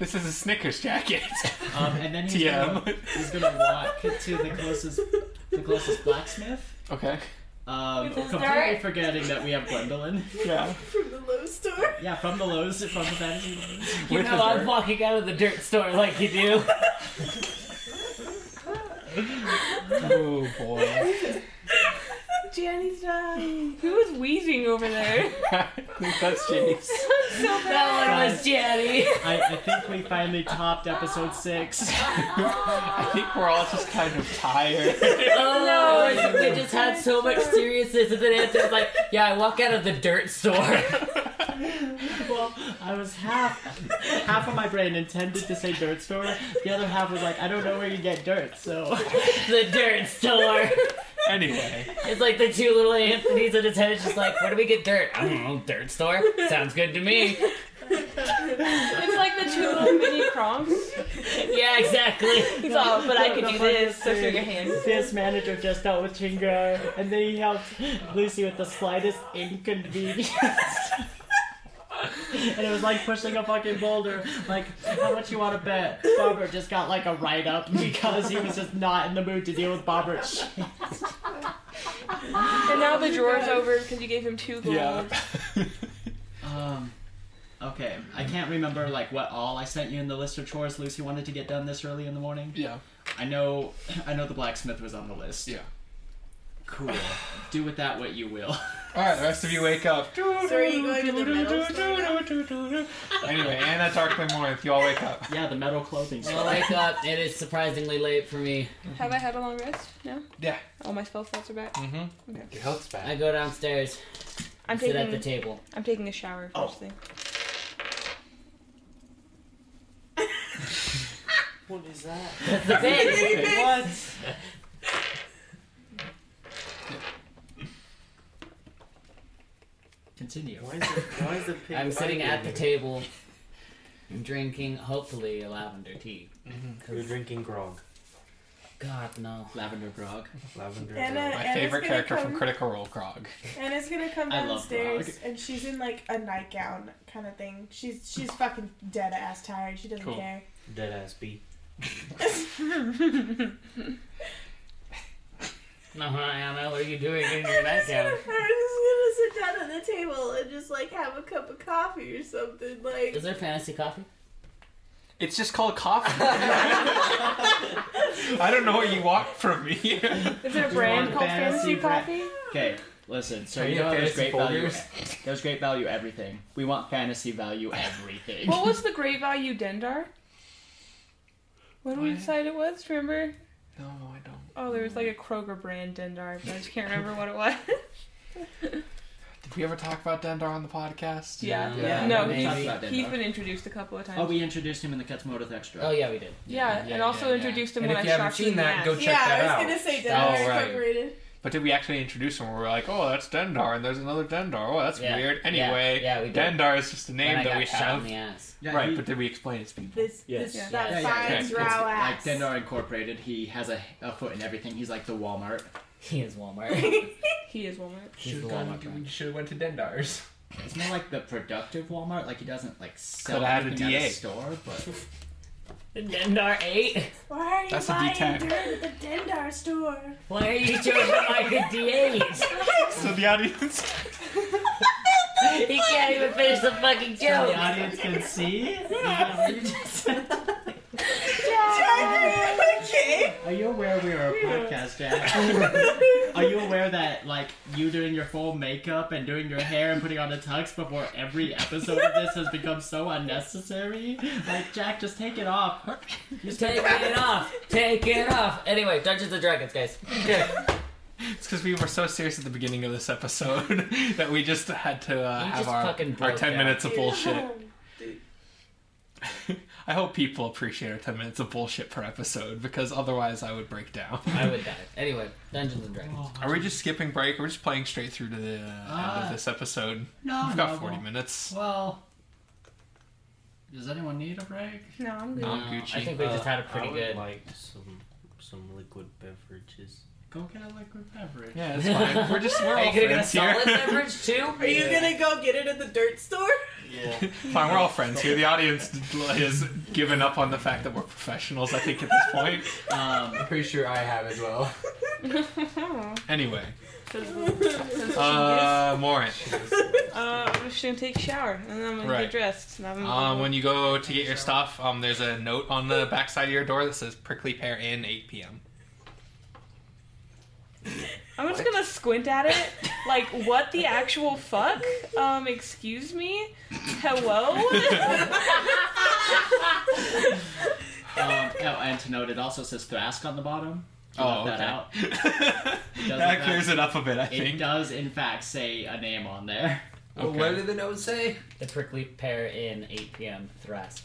S7: This is a Snickers jacket.
S2: Um, and then he's
S7: TM.
S2: gonna, he's gonna walk to the closest the closest blacksmith.
S7: Okay.
S2: Um,
S10: With his
S2: completely
S10: dart.
S2: forgetting that we have Gwendolyn.
S7: Yeah.
S10: from the Lowe's store.
S2: Yeah, from the Lowe's, from the fantasy Lowe's.
S3: You
S2: With
S3: know
S2: the
S3: I'm
S2: dirt.
S3: walking out of the dirt store like you do.
S7: oh boy.
S6: Jenny's dying. Who was wheezing over there?
S7: That's James.
S6: so bad.
S2: That one was
S6: Jenny.
S2: I, I think we finally topped episode six.
S7: I think we're all just kind of tired.
S3: Oh, they just had so much seriousness, and then Anthony's like, "Yeah, I walk out of the dirt store."
S2: well, I was half half of my brain intended to say dirt store. The other half was like, I don't know where you get dirt, so
S3: the dirt store.
S7: Anyway,
S3: It's like the two little Anthony's in his head. It's just like, where do we get dirt? I don't know. Dirt store sounds good to me.
S6: It's like the two little mini prongs.
S3: Yeah, exactly.
S6: He's all, but I
S2: No,
S6: could
S2: the
S6: do this.
S2: funniest
S6: So show
S2: thing,
S6: your hand.
S2: This manager just dealt with Chingar, and then he helped Lucy with the slightest inconvenience. and it was like pushing a fucking boulder. Like, how much you want to bet? Barbara just got like a write up because he was just not in the mood to deal with Barbara.
S6: And now the drawer's over because you gave him two gold.
S2: Um, okay, I can't remember like what all I sent you in the list of chores Lucy wanted to get done this early in the morning.
S7: Yeah.
S2: I know, I know the blacksmith was on the list.
S7: Yeah.
S2: Cool. Do with that what you will.
S7: All right, the rest of you wake up.
S10: So are you going to the metal store?
S7: Anyway, and that's our Morning. You all wake up.
S2: Yeah, the metal clothing
S3: I wake up. It is surprisingly late for me.
S6: Have I had a long rest? No.
S7: Yeah.
S6: All my spell slots are back.
S3: Mm-hmm.
S6: Okay.
S3: Your health's bad. I go downstairs.
S6: I'm
S3: sit at
S6: taking
S3: the table.
S6: I'm taking a shower
S10: Oh.
S6: first thing.
S9: What is that?
S3: That's the big.
S9: What?
S2: Continue.
S9: Why is it? Why is the pig?
S3: I'm sitting
S9: biting
S3: at the
S9: you?
S3: table, drinking hopefully a lavender tea.
S9: You're drinking grog.
S3: God no.
S2: Lavender grog.
S9: Lavender.
S10: Anna-
S9: grog.
S7: My
S10: Anna's
S7: favorite
S10: gonna
S7: character
S10: come-
S7: from Critical Role, Grog.
S10: Anna's gonna come
S7: I love
S10: downstairs
S7: Grog.
S10: and she's in like a nightgown kind of thing. She's she's fucking dead ass tired. She doesn't
S9: Cool.
S10: care.
S9: Dead ass bee.
S3: No, Uh-huh, Anna, what are you doing in your nightgown?
S10: I was just gonna sit down at the table and just like have a cup of coffee or something. Like
S3: Is there fantasy coffee?
S7: It's just called coffee. I don't know what you want from me.
S6: Is there a
S2: You
S6: brand
S2: want
S6: called Fantasy,
S2: fantasy bra-
S6: Coffee?
S2: Okay, listen. So
S7: Are
S2: you
S7: you
S2: know how there's
S7: fantasy
S2: great value. e,
S7: folders?
S2: There's great value everything. We want fantasy value everything.
S6: What was the Great Value Dendar? What did we decide it was? Remember?
S7: No, I don't.
S6: Oh, there was like a Kroger brand Dendar, but I just can't remember what it was.
S7: Did we ever talk about Dendar on the podcast?
S6: Yeah.
S2: Yeah. Yeah.
S6: No,
S2: We
S6: he's,
S2: talked about Dendar.
S6: he's been introduced a couple of times.
S2: Oh, we introduced him in the Katsumoto Extra.
S3: Oh yeah, we did.
S6: yeah, and also introduced him
S7: And
S6: when
S7: if
S6: I
S7: you haven't
S6: shocked
S7: seen
S6: him in the
S7: that,
S6: ass.
S7: go check Yeah, that I was out. gonna
S10: say
S7: Oh,
S10: Denver
S7: right.
S10: Incorporated.
S7: But did we actually introduce him? We were like, oh, that's Dendar, and there's another Dendar. Oh, that's
S3: Yeah.
S7: weird.
S3: Yeah.
S7: Anyway,
S3: Yeah, we did.
S7: Dendar is just a
S3: When
S7: name
S3: I
S7: that
S3: got
S7: we
S3: shot
S7: have.
S3: in the ass.
S2: Yeah,
S7: right,
S2: he-
S7: but did we explain its people?
S10: This,
S2: Yes.
S10: this that finds
S2: Okay.
S10: raw
S2: Like
S10: ass.
S2: Dendar Incorporated, he has a, a foot in everything. He's like the Walmart.
S3: He is Walmart.
S6: He is Walmart.
S2: He's the Walmart brand.
S7: we should have went to Dendar's.
S2: It's more like the productive Walmart. Like he doesn't like sell
S7: Could've had a
S2: everything out
S7: DA.
S2: of store, but
S3: Dendar eight.
S10: Why are you
S2: That's a
S10: buying
S2: D10.
S10: dirt at the Dendar store?
S3: Why are you choosing like a D eight?
S7: So the audience.
S3: He can't even finish the
S2: the
S3: fucking joke.
S2: audience can see.
S10: Jack,
S2: okay. Are you aware we are a podcast, Jack? are you aware that like you doing your full makeup and doing your hair and putting on a tux before every episode of this has become so unnecessary? Like Jack, just take it off.
S3: Just take it off. Take it off. Anyway, Dungeons and Dragons, guys. Okay.
S7: It's because we were so serious at the beginning of this episode that we just had to uh,
S3: We
S7: have
S3: just
S7: our,
S3: fucking
S7: our
S3: broke
S7: 10
S3: out.
S7: minutes of
S3: Yeah.
S7: bullshit. I hope people appreciate our 10 minutes of bullshit per episode because otherwise I would break down.
S3: I would die. Anyway, Dungeons and Dragons.
S7: Are we just skipping break? We're just playing straight through to the end
S2: Ah.
S7: of this episode.
S2: No,
S7: We've got
S2: no,
S7: 40
S2: well-
S7: minutes.
S2: Well, does anyone need a break? Uh,
S6: No, I'm good.
S7: No, I'm Gucci.
S3: I think we just had a pretty
S9: Uh, I would
S3: good-
S9: like some some liquid beverages.
S2: Go get a liquid beverage.
S7: Yeah, that's fine. We're just we're
S9: Are you
S7: all
S9: gonna get a
S7: friends here.
S9: solid
S3: beverage too?
S10: Are you gonna go get it at the dirt store?
S9: Yeah.
S7: Fine, we're all friends here. The audience has given up on the fact that we're professionals. I think at this point.
S2: Um,
S1: I'm pretty sure I have as well.
S7: Anyway,
S6: uh,
S7: uh, Morin.
S6: I'm just gonna take a shower and then I'm gonna
S7: Right.
S6: get dressed. And I'm
S7: Um, when you go to get your stuff, um, there's a note on the backside of your door that says "Prickly Pear Inn, 8 p.m."
S6: I'm just gonna squint at it, like what the actual fuck? Um, excuse me, hello.
S2: Um, oh, and to note, it also says Thrask on the bottom. You
S7: Oh,
S2: left
S7: okay.
S2: that out. It does,
S7: That
S2: in
S7: clears it up a bit, I
S2: It
S7: think.
S2: does, in fact, say a name on there.
S7: Okay. What did
S2: the note say?
S3: The prickly pear in 8 p.m. Thrask.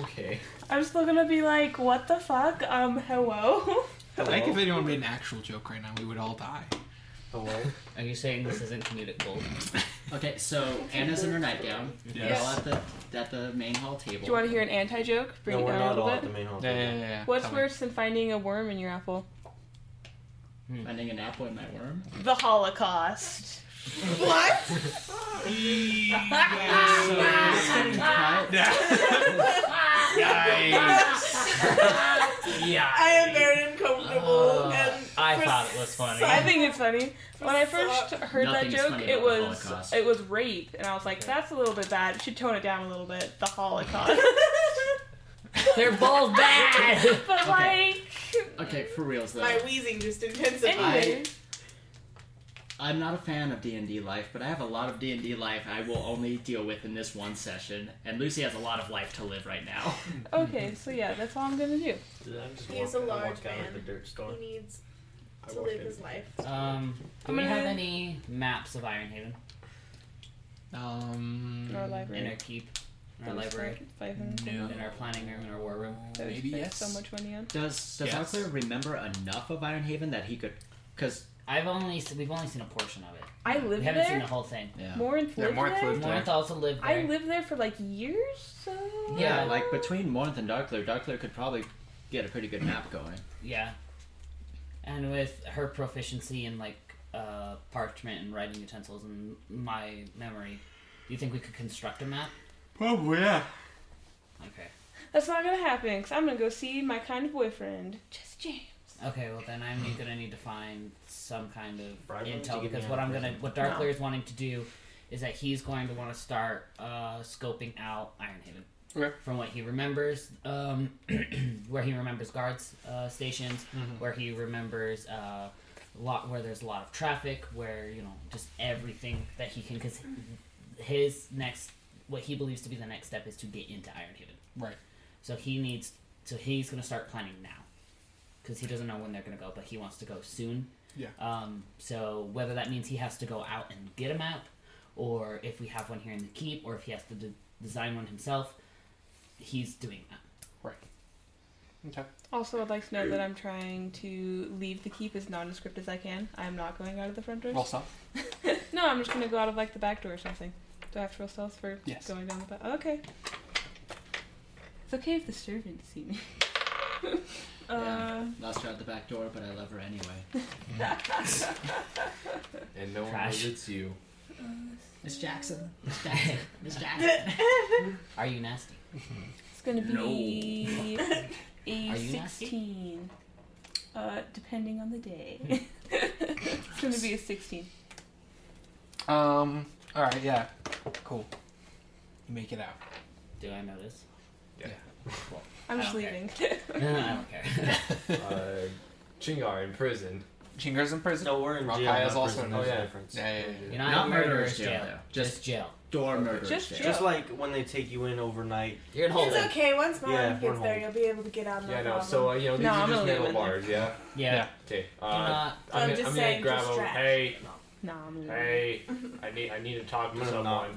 S1: Okay.
S6: I'm still gonna be like, what the fuck? Um, hello.
S7: I think if anyone made an actual joke right now, we would all die.
S1: Hello.
S3: Are you saying this isn't comedic gold?
S2: Okay, so Anna's in her nightgown. We're
S3: Yes.
S2: all at the at the main hall table.
S6: Do you want to hear an anti joke? Bring it down a little bit.
S2: main hall
S7: Yeah, yeah, yeah. yeah.
S6: What's
S7: Tell me.
S6: worse than finding a worm in your apple?
S2: Finding an apple in my worm.
S6: The Holocaust. what? Ah.
S3: Yeah.
S10: I am very uncomfortable. and
S3: Uh, I thought it was funny.
S6: I think it's funny. When I first heard that
S3: Nothing's
S6: joke,
S3: funny
S6: it
S3: about the
S6: was
S3: Holocaust.
S6: it was rape, and I was like, "That's a little bit bad. You should tone it down a little bit." The Holocaust.
S3: They're both bad.
S6: but
S2: Okay.
S6: like,
S2: Okay, for reals though.
S10: my wheezing just intensified.
S2: I, I'm not a fan of D and D life, but I have a lot of D and D life I will only deal with in this one session. And Lucy has a lot of life to live right now.
S6: okay, so yeah, that's all I'm gonna do.
S10: He's a large
S9: out
S10: man.
S9: of the dirt store.
S10: He needs to live his life.
S3: Um, do
S6: I'm
S3: we
S6: gonna-
S3: have any maps of Ironhaven?
S7: Um,
S6: Our library.
S3: In our keep, in our library,
S6: Five hundred.
S3: in our planning room, in our war room.
S6: That we spent So much money on.
S2: Does does
S3: Yes.
S2: Arthur remember enough of Ironhaven that he could? Because
S3: I've only se- we've only seen a portion of it.
S6: I
S3: We
S6: lived
S3: haven't
S6: there.
S3: seen the whole thing.
S2: yeah,
S6: Morinth lived there.
S3: Morinth also lived there.
S6: I lived there for like years. So...
S2: yeah, like between Morinth and Darkler, Darkler could probably get a pretty good map going.
S3: Yeah. And with her proficiency in like uh, parchment and writing utensils and my memory, do you think we could construct a map?
S7: Probably, Oh, yeah.
S3: Okay.
S6: That's not gonna happen because I'm gonna go see my kind of boyfriend, Jesse James.
S3: Okay, well then I'm gonna need to find some kind of
S9: Bribe him to
S3: intel
S9: get me
S3: because
S9: out
S3: what
S9: of
S3: I'm gonna
S9: prison.
S3: what Darkler is wanting to do is that he's going to want to start uh, scoping out Ironhaven.
S7: Okay.
S3: From what he remembers, um, where he remembers guards uh, stations,
S7: Mm-hmm.
S3: where he remembers uh, lot where there's a lot of traffic, where you know just everything that he can because his next what he believes to be the next step is to get into Ironhaven.
S7: Right.
S3: So he needs. So he's gonna start planning now, because he doesn't know when they're gonna go, but he wants to go soon.
S7: Yeah.
S3: Um. So whether that means he has to go out and get a map, or if we have one here in the keep, or if he has to de- design one himself, he's doing that.
S7: Okay.
S6: Also, I'd like to know that I'm trying to leave the keep as nondescript as I can. I'm not going out of the front doors.
S7: Roll stuff.
S6: no, I'm just gonna go out of like the back door or something. Do I have to roll stealth for
S7: Yes.
S6: going down the back? Okay. It's okay if the servants see me. uh,
S2: Yeah, lost her at the back door, but I love her anyway.
S1: And no one
S3: Trash.
S1: knows it's you.
S2: Miss Jackson, Miss Jackson, Miss Jackson.
S3: Are you nasty?
S6: it's gonna be
S3: Are
S6: a
S3: you nasty?
S6: sixteen. Uh, depending on the day. it's gonna be a sixteen.
S7: Um. All right. Yeah. Cool. You make it out.
S3: Do I notice?
S7: Yeah.
S6: I'm just leaving.
S1: uh, Chingar in prison.
S7: Chingar's in prison.
S9: No, we're in
S1: Rock
S9: jail,
S1: High is
S9: not
S1: also
S9: prison.
S1: in
S9: There's
S1: prison.
S9: a
S1: Yeah.
S9: difference.
S1: Yeah, yeah,
S9: yeah.
S3: You're not,
S9: Not
S3: murderers,
S9: murderers
S3: jail.
S9: jail, yeah.
S3: Just, jail.
S18: Door murderers
S10: Just jail.
S9: Just like when they take you in overnight. You're
S19: It's okay. Once mom
S9: Yeah,
S19: gets there,
S9: Hornhold.
S19: you'll be able to get out of
S1: Yeah,
S19: my
S1: I know.
S19: problem.
S1: So uh, you know, these
S19: No,
S1: are
S19: I'm
S1: just
S19: gonna leave
S1: metal
S19: him in there.
S1: bars, yeah.
S3: Yeah.
S1: Okay. Uh,
S3: Do not-
S1: I'm,
S19: I'm
S1: gonna-
S19: just
S1: I'm gonna
S19: saying,
S1: grab
S19: just
S1: him.
S19: trash.
S1: Hey,
S6: No, I'm leaving.
S1: hey, I need I need to talk to
S9: gonna
S1: someone.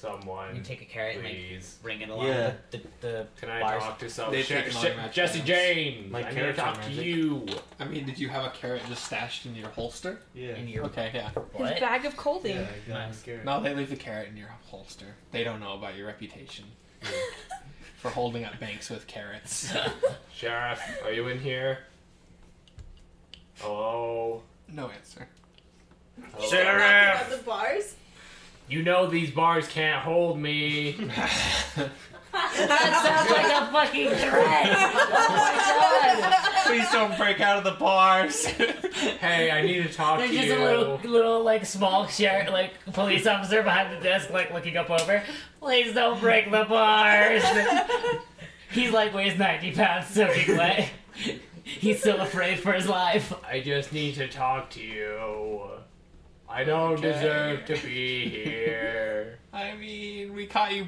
S1: Someone.
S3: You take a carrot and like
S1: Please.
S3: bring it along
S9: Yeah.
S3: the, the, the
S1: Can I
S3: bars.
S1: talk to someone?
S7: They
S1: Sh-
S7: take
S1: sh-
S7: another match
S1: Jesse
S7: rounds.
S1: James.
S9: My
S1: I need to
S9: carrots are
S1: talk to
S9: magic.
S1: you.
S7: I mean, did you have a carrot just stashed in your holster?
S9: Yeah.
S3: in your
S7: Okay, yeah.
S3: What?
S6: His bag of clothing.
S7: No, they leave the carrot in your holster. They don't know about your reputation for holding up banks with carrots.
S1: Sheriff, are you in here? Hello.
S7: no answer.
S1: Hello?
S10: Knocking on the bars.
S1: You know these bars can't hold me.
S3: that sounds like a fucking threat.
S7: Please don't break out of the bars.
S1: hey, I need to talk
S3: There's
S1: to
S3: just
S1: you.
S3: a little, little like small sheriff, like police officer behind the desk, like looking up over. Please don't break the bars. He's like weighs ninety pounds, so he like he's still afraid for his life.
S1: I just need to talk to you. I don't
S7: Okay.
S1: deserve to be here.
S7: I mean, we caught you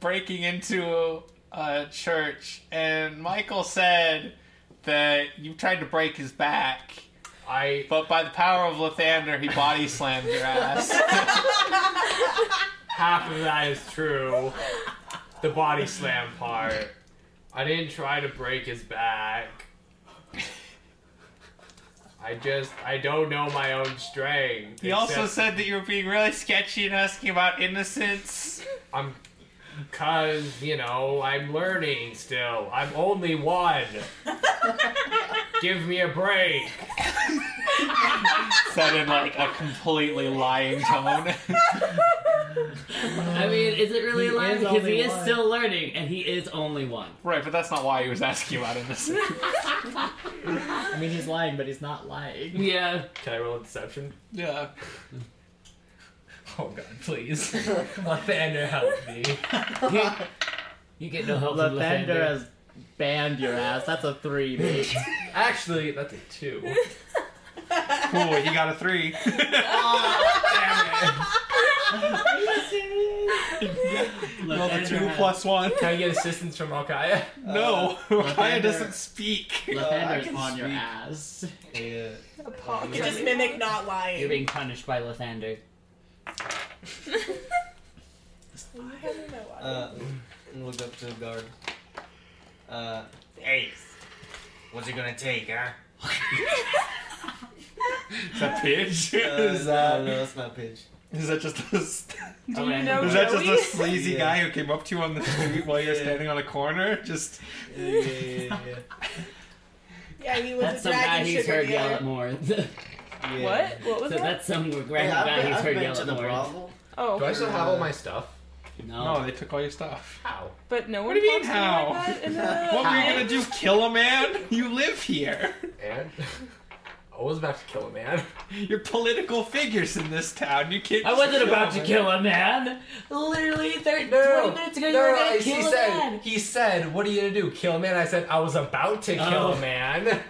S7: breaking into a church, and Michael said that you tried to break his back,
S1: I
S7: but by the power of Lathander, he body slammed your ass.
S1: half of that is true. The body slam part. I didn't try to break his back. I just I don't know my own strength.
S7: he also
S1: except
S7: said that you were being really sketchy and asking about innocence.
S1: I'm cuz, you know, I'm learning still. I'm only one. Give me a break.
S7: said in like a completely lying tone.
S3: I mean, is it really
S2: He
S3: lying?
S2: is
S3: Because he
S2: only
S3: is
S2: one.
S3: still learning, and he is only one.
S7: right, but that's not why he was asking about innocence.
S2: I mean, he's lying, but he's not lying.
S3: Yeah.
S1: Can I roll a deception?
S7: Yeah.
S20: Oh god, please. Lathander, help me.
S3: You get no help from
S2: Lavender
S3: Lavender.
S2: has banned your ass. That's a three, mate.
S20: Actually, that's a two.
S7: Cool, he got a three. Well, the two plus one.
S20: Can I get assistance from Alkaya?
S7: Uh,
S9: Uh,
S7: No, Raya
S2: Lavender-
S7: doesn't speak.
S2: Lavender's on your ass.
S10: You could just mimic not
S3: You're
S10: lying.
S3: being punished by Lathander.
S10: I don't know why.
S9: Uh, and look up to the guard. Uh,
S18: Hey, what's it gonna take, huh?
S7: Is that Pidge?
S9: uh,
S7: is, that,
S9: no, no, that's not Pidge.
S7: is that just a, is
S3: Do you know
S7: that just a sleazy
S9: Yeah.
S7: guy who came up to you on the street while you're
S9: Yeah.
S7: standing on a corner? Just
S9: Yeah, yeah, yeah, yeah,
S10: Yeah, he was
S3: That's
S10: a
S3: some guy
S10: dragon
S3: he's
S10: sugar
S3: heard yell at
S10: dealer.
S3: more.
S9: yeah.
S6: What? What
S3: so
S6: was that?
S3: that's some random
S9: Yeah, I've
S3: guy
S9: been-
S3: he's
S9: I've
S3: heard
S9: been
S3: yell
S9: to
S3: at
S9: the
S3: more.
S9: brothel.
S6: Oh,
S1: Do I still have all my stuff?
S7: no,
S3: No.
S7: they took all your stuff.
S1: How?
S6: but no one
S7: do you mean
S6: talks to me
S7: how?
S6: Like that in the
S7: What were you gonna do? Kill a man? You live here.
S1: And I was about to kill a man.
S7: You're political figures in this town. You can't.
S3: I
S7: just
S3: wasn't
S7: kill
S3: about to
S7: them.
S3: kill a man. Literally, thir-
S20: No,
S3: 20 minutes ago, you were
S20: no,
S3: gonna
S20: he
S3: kill a
S20: said,
S3: man.
S20: he said, what are you gonna do, kill a man? I said, I was about to kill
S3: Oh.
S20: a man.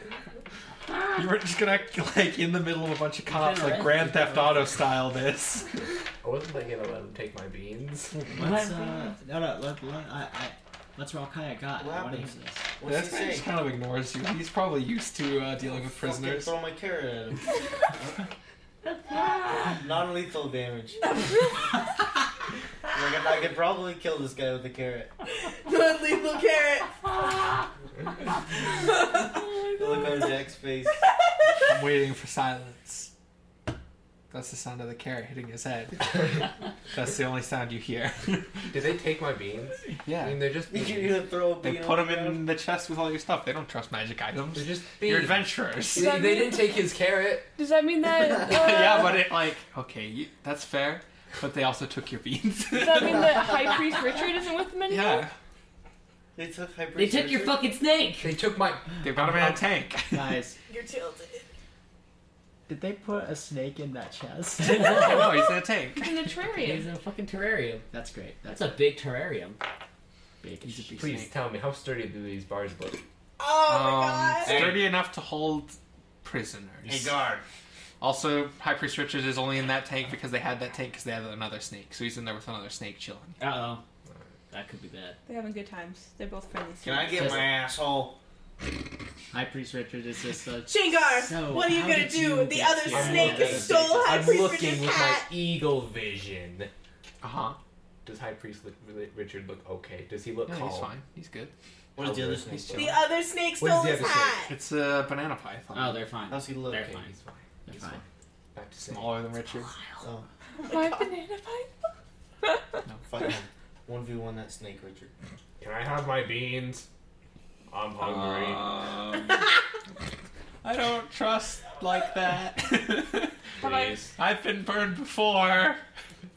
S7: You were just gonna like in the middle of a bunch of cops, like
S3: arrested,
S7: Grand Theft Auto style. This.
S1: I wasn't like gonna let him take my beans.
S2: Let's, uh, no, no, let, let, I, I, what's Rakaya got?
S9: What
S2: What
S9: happened?
S2: is this?
S9: What's
S7: This
S9: he
S7: man
S9: say?
S7: just kind of ignores you. He's probably used to uh, dealing with
S9: Fucking
S7: prisoners.
S9: Throw my carrot at him. Non-lethal damage. like I could probably kill this guy with a carrot.
S10: Good lethal carrot.
S3: Oh
S9: Look on Jack's face.
S7: I'm waiting for silence. That's the sound of the carrot hitting his head. That's the only sound you hear.
S1: Did they take my beans? I
S7: Yeah.
S1: mean, they're just
S9: You
S1: beans.
S9: can either throw a
S7: They
S9: bean
S7: put
S9: on
S7: him in the chest with all your stuff. They don't trust magic
S1: They're
S7: items.
S1: just beans.
S7: You're adventurers.
S1: They, they didn't take his carrot.
S6: Does that mean that? Uh,
S7: yeah, but it like okay, you, that's fair. But they also took your beans.
S6: Does that mean that High Priest Richard isn't with them anymore?
S7: yeah,
S9: They took hyper.
S3: They took your fucking snake.
S1: They took my.
S7: they got him in a tank.
S2: Guys,
S10: You're tilted.
S2: did they put a snake in that chest?
S7: no, he's in a tank.
S6: He's in the
S3: He's
S6: terrarium.
S3: in a fucking terrarium.
S2: That's great. That's
S3: That's a big terrarium.
S9: big.
S7: He's a big
S1: Please
S7: snake.
S1: tell me, how sturdy do these bars look?
S7: Oh
S1: my God.
S7: Sturdy enough to hold prisoners.
S21: Hey, guard.
S7: Also, High Priest Richard is only in that tank because they had that tank because they had another snake, so he's in there with another snake chilling.
S3: Uh oh, that could be bad.
S6: They're having good times. They're both friendly.
S21: Can
S9: Oh
S21: I get
S6: snakes.
S21: my asshole?
S2: High Priest Richard is just such.
S10: Shingar, what are you
S2: how
S10: gonna
S2: did
S10: do?
S2: you
S10: The
S2: get
S10: other
S2: here?
S10: snake
S2: Okay.
S10: stole High
S1: I'm
S10: Priest
S1: looking
S10: Richard's
S1: with
S10: hat.
S1: my eagle vision.
S7: Uh huh.
S1: Does High Priest look, really- Richard look okay? Does he look
S7: No,
S1: calm?
S7: he's fine. He's good.
S1: What is the other snake?
S10: The other snake
S1: What is
S10: stole
S1: the
S10: his
S1: other
S10: hat.
S7: It's a banana python.
S3: Oh, they're fine.
S7: How's he look?
S3: They're
S7: Okay,
S3: fine.
S7: he's fine.
S3: They're fine.
S1: Back to
S7: Smaller than Richard.
S9: Oh,
S6: My banana pipe.
S9: fuck him. 1v1 that snake, Richard.
S1: Can I have my beans? I'm hungry.
S7: Uh, I don't trust like that.
S1: Please.
S7: I've been burned before.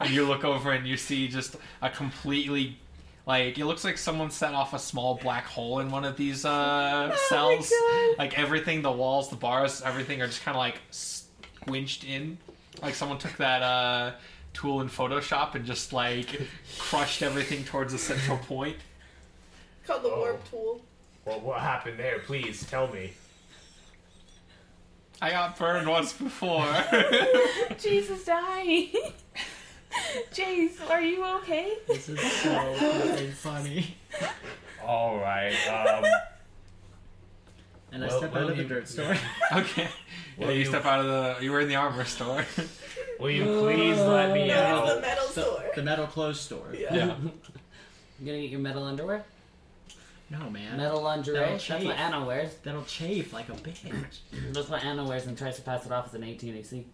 S7: And you look over and you see just a completely, like it looks like someone set off a small black hole in one of these uh,
S10: Oh
S7: cells. Like everything, the walls, the bars, everything are just kind of like squinched in. Like someone took that uh, tool in Photoshop and just like crushed everything towards a central point.
S10: Called the warp tool.
S1: Well, what happened there? Please tell me.
S7: I got burned once before.
S6: Jesus dying. Jace, are you okay?
S2: This is so fucking funny.
S22: All right. Um,
S2: And I
S22: Well,
S2: step
S22: well,
S2: out of the
S22: you-
S2: dirt store.
S7: okay.
S22: Will
S7: yeah, you,
S22: you-
S7: step out of the. You were in the armor store.
S22: Will you please let me
S2: No, it's
S22: out?
S10: The metal store.
S2: The metal clothes store.
S10: Yeah.
S3: You gonna get your metal underwear?
S2: No, man.
S3: Metal lingerie?
S2: That'll
S3: That's what
S2: chafe.
S3: Anna wears.
S2: That'll chafe like a bitch.
S3: That's what Anna wears and tries to pass it off as an 18 AC.